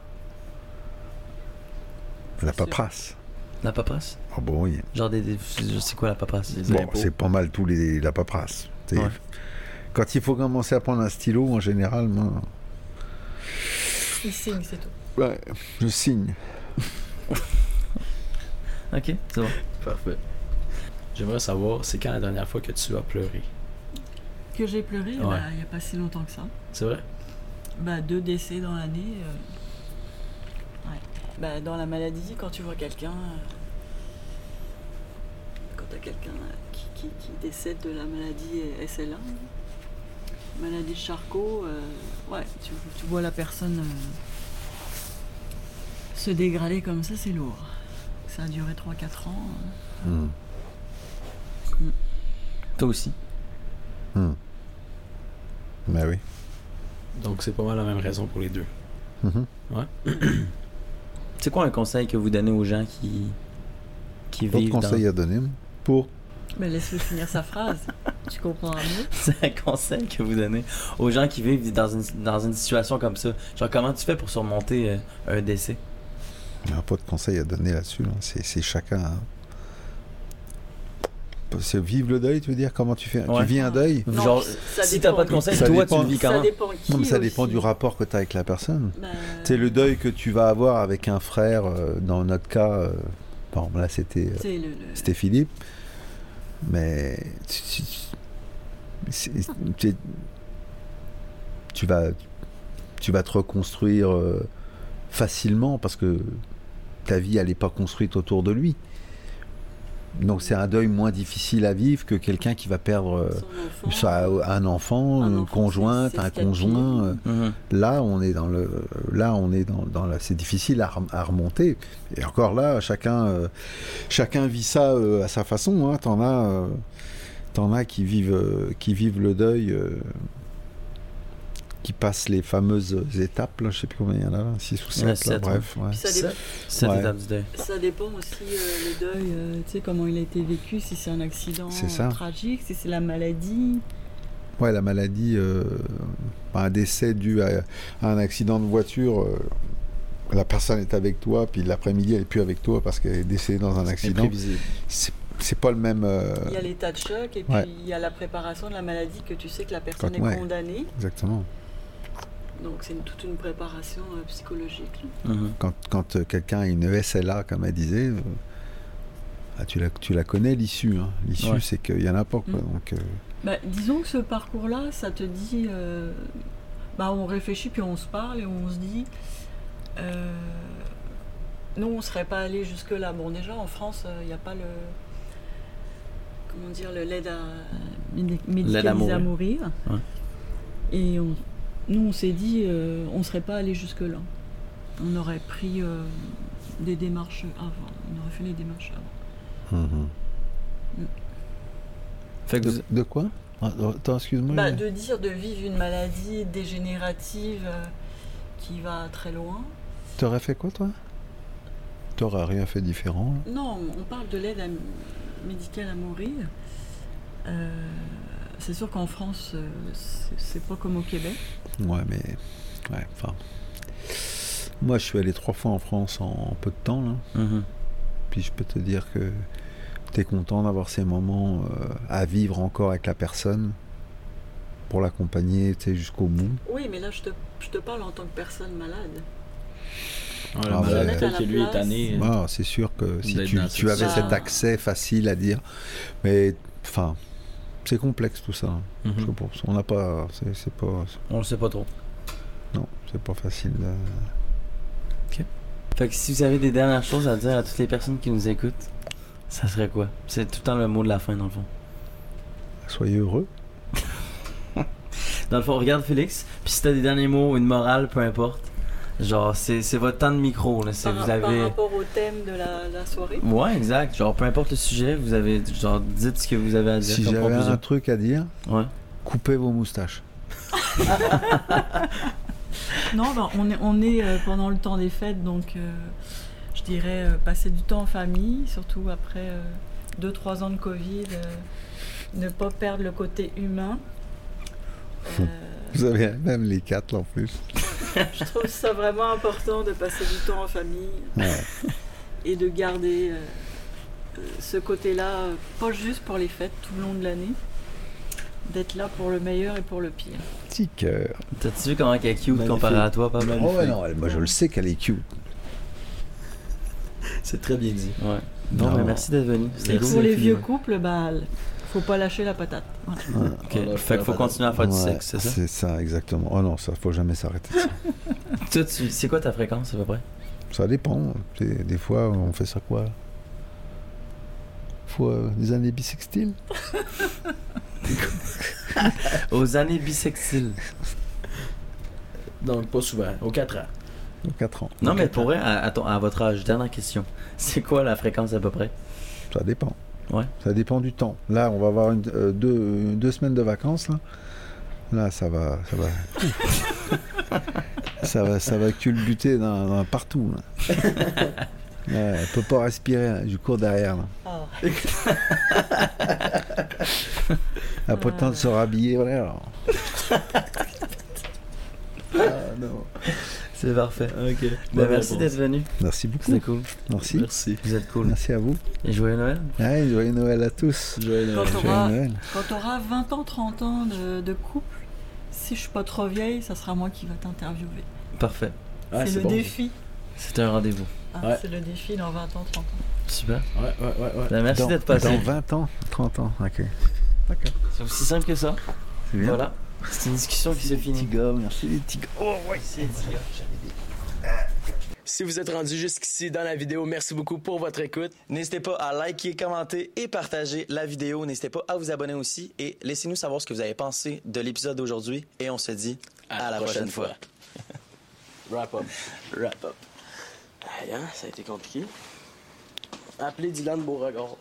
La
C'est sûr.
paperasse.
La papasse?
Ah bon, oui.
Genre, des, des- je sais quoi la papasse? Des-
Bon,
impôts.
c'est pas mal tous les la paperasse. C'est-
Ouais.
Quand il faut commencer à prendre un stylo, en général, moi,
Il signe, c'est tout.
je signe.
Ok, c'est bon.
Parfait. J'aimerais savoir, c'est quand la dernière fois que tu as pleuré
Que j'ai pleuré, bah, il
Ouais.
n'y a pas si longtemps que ça.
C'est vrai
Bah, deux décès dans l'année. euh, ouais. Bah, dans la maladie, quand tu vois quelqu'un. euh, Quand tu as quelqu'un euh, qui, qui- qui décède de la maladie SLA, hein, maladie de Charcot, euh, ouais, tu, tu vois la personne euh, se dégrader comme ça, c'est lourd. Ça a duré 3-4 ans. euh.
Hmm.
Toi aussi.
Ben oui.
Donc c'est pas mal la même raison pour les deux.
Mhm.
C'est quoi un conseil que vous donnez aux gens qui, qui
D'autres
vivent
conseils à donner pour
Mais laisse-le finir sa phrase, tu comprendras mieux.
C'est un conseil que vous donnez aux gens qui vivent dans une, dans une situation comme ça. Genre, comment tu fais pour surmonter euh, un décès?
Il n'y a pas de conseil à donner là-dessus. là. C'est c'est chacun. hein. C'est vivre le deuil, tu veux dire Comment tu fais
Ouais.
Tu vis un deuil
Non,
Genre,
ça
si t'as
dépend
pas de
du-
conseil,
Ça
toi,
dépend.
tu le vis
Ça
comment?
dépend qui.
Non, mais ça dépend
aussi.
du rapport que tu as avec la personne.
Bah,
C'est le deuil que tu vas avoir avec un frère, euh, dans notre cas, euh, bon, là c'était euh,
c'est le- le-
c'était Philippe, mais tu, tu- c'est- tu- tu vas, tu vas te reconstruire euh, facilement parce que ta vie elle n'est pas construite autour de lui. Donc c'est un deuil moins difficile à vivre que quelqu'un qui va perdre euh,
Son enfant,
ça, un enfant,
Un
une
enfant,
conjointe,
c'est- c'est
un
ce qu'il y a de
conjoint.
pire.
euh,
Mm-hmm.
Là, on est dans le, là, on est dans, dans la, c'est difficile à, rem- à remonter. Et encore là, chacun, euh, chacun vit ça euh, à sa façon. Hein. T'en as, euh, t'en as qui vivent, euh, qui vivent le deuil, euh, qui passent les fameuses étapes. Là, je sais plus combien il y en a, là, six ou sept. là,
sept,
bref. ouais.
Puis ça,
Ça-
dépend,
Cette
Ouais.
étape du deuil.
ça dépend aussi euh, le deuil, euh, tu sais, comment il a été vécu, si c'est un accident
C'est ça.
euh, tragique, si c'est la maladie.
Ouais, la maladie, euh, un décès dû à, à un accident de voiture. euh, la personne est avec toi, puis l'après-midi, elle est plus avec toi parce qu'elle est décédée dans un accident.
Imprévisible.
C'est c'est pas le même. euh,
Il y a l'état de choc et puis
ouais.
il y a la préparation de la maladie que tu sais que la personne
Quand- ouais.
est condamnée.
Exactement.
Donc c'est une- toute une préparation euh, psychologique. là.
Mhm.
Quand, quand euh, quelqu'un a une SLA, comme elle disait, euh, ah, tu, la, tu la connais, l'issue. hein. L'issue,
Ouais.
c'est qu'il y en a pas. Quoi.
Mm.
Donc, euh,
Bah, disons que ce parcours-là, ça te dit. euh, bah, on réfléchit, puis on se parle et on se dit. euh, nous, on ne serait pas allé jusque-là. Bon, déjà, en France, il n'y a pas le. Comment dire, le l'aide à. médi-
L'aide à
médicalisée à mourir.
Ouais.
Et on- nous, on s'est dit, euh, on ne serait pas allé jusque-là. On aurait pris euh, des démarches avant. On aurait fait les démarches avant.
Mm-hmm.
Fait que
de,
vous-
de quoi Ah, Attends, excuse-moi.
Bah,
j'ai-
de dire de vivre une maladie dégénérative euh, qui va très loin.
T'aurais fait quoi, toi T'aurais rien fait différent. là
Non, on parle de l'aide à- médicale à mourir. Euh, c'est sûr qu'en France, euh, c'est- c'est pas comme au Québec.
Ouais, mais. Ouais, enfin. Moi, je suis allé trois fois en France en, en peu de temps. Là.
Mhm.
Puis je peux te dire que tu es content d'avoir ces moments euh, à vivre encore avec la personne pour l'accompagner tu sais, jusqu'au bout.
Oui, mais là, je te, je te parle en tant que personne malade.
ben,
Ouais, le
Ah,
malade,
ouais.
peut-être que lui est tanné. euh,
Ah, c'est sûr que si
D'être
tu,
dans
tu
cette
avais cet
situation.
accès facile à dire, mais enfin, c'est complexe tout ça. hein. Je
Mhm.
pense. On n'a pas, c'est c'est pas,
On le sait pas trop.
non, c'est pas facile. euh.
Fait que si vous avez des dernières choses à dire à toutes les personnes qui nous écoutent, ça serait quoi C'est tout le temps le mot de la fin, dans le fond.
Soyez heureux.
Dans le fond, regarde Félix, puis si t'as des derniers mots, une morale, peu importe. Genre, c'est c'est votre temps de micro, là. c'est- vous
Par, par
avez.
rapport au thème de la, la soirée.
Ouais, exact. Genre, peu importe le sujet, vous avez. Genre, dites ce que vous avez à dire.
Si
comme
j'avais un
conclusion.
truc à dire,
Ouais.
coupez vos moustaches.
Non, ben, on est, on est euh, pendant le temps des fêtes, donc euh, je dirais euh, passer du temps en famille, surtout après 2-3 ans de Covid, euh, ne pas perdre le côté humain. Euh,
Vous avez même les quatre là, en plus.
je trouve ça vraiment important de passer du temps en famille
Ouais.
et de garder euh, euh, ce côté-là, euh, pas juste pour les fêtes, tout le long de l'année, d'être là pour le meilleur et pour le pire.
Petit cœur.
T'as-tu vu comment elle est cute
Magnifique.
comparée à toi, pas mal?
Oh ouais, non, elle- moi je le sais qu'elle est cute.
C'est très bien dit. Ouais. Non,
Non.
mais merci d'être venu. C'était
Et
cool.
pour les vieux couples, bah, faut pas lâcher la patate. Voilà.
Ok.
On lâche
Fait
pas
qu'il faut
la
continuer à faire du
Ouais,
sexe, c'est ça?
C'est ça, exactement. Oh non, ça, faut jamais s'arrêter.
Toi, tu- c'est quoi ta fréquence à peu près?
ça dépend. Des, des fois, on fait ça quoi Fois euh, des années bisextiles
Aux années bisextiles.
Donc, pas souvent, aux 4 ans.
Ou 4 ans.
Non, mais pour vrai, à, à ton- à votre âge, dernière question. C'est quoi la fréquence à peu près?
Ça dépend.
Ouais.
Ça dépend du temps. Là, on va avoir une- euh, deux, deux semaines de vacances. Là, là ça va. Ça va, ça va, ça va culbuter dans, dans partout. là. Ouais, elle peut pas respirer là, du cours derrière. là.
Ah.
Elle a pas le temps de se rhabiller. Voilà, alors. Ah, non.
C'est parfait.
Ok.
Ben, merci d'être venu.
Merci beaucoup.
C'était cool.
Merci.
Merci.
Vous êtes cool.
Merci à vous.
Et joyeux Noël.
Ouais, joyeux Noël à tous.
Joyeux Noël.
Quand on
Joyeux
va-
Noël.
Quand tu auras 20 ans, 30 ans de, de couple, si je suis pas trop vieille, ça sera moi qui va t'interviewer.
Parfait.
Ouais,
c'est le
bon.
défi.
C'était un rendez-vous.
hein,
Ouais.
C'est le défi dans 20 ans, 30 ans.
Super.
Ouais, ouais, ouais. ouais.
Ben, merci
Dans-
d'être passé.
Dans 20 ans, 30 ans, ok. D'accord.
C'est aussi simple que ça.
C'est bien.
Voilà. C'est une discussion qui s'est
Petit
finie.
gars, merci les petits gars.
Oh ouais, c'est
Si vous êtes rendu jusqu'ici dans la vidéo, merci beaucoup pour votre écoute.
N'hésitez pas à liker, commenter et partager la vidéo. N'hésitez pas à vous abonner aussi et laissez-nous savoir ce que vous avez pensé de l'épisode d'aujourd'hui. Et on se dit à, la prochaine, fois.
Wrap up.
Wrap up.
Aïe, hein, ça a été compliqué. Appelez Dylan Beauregard.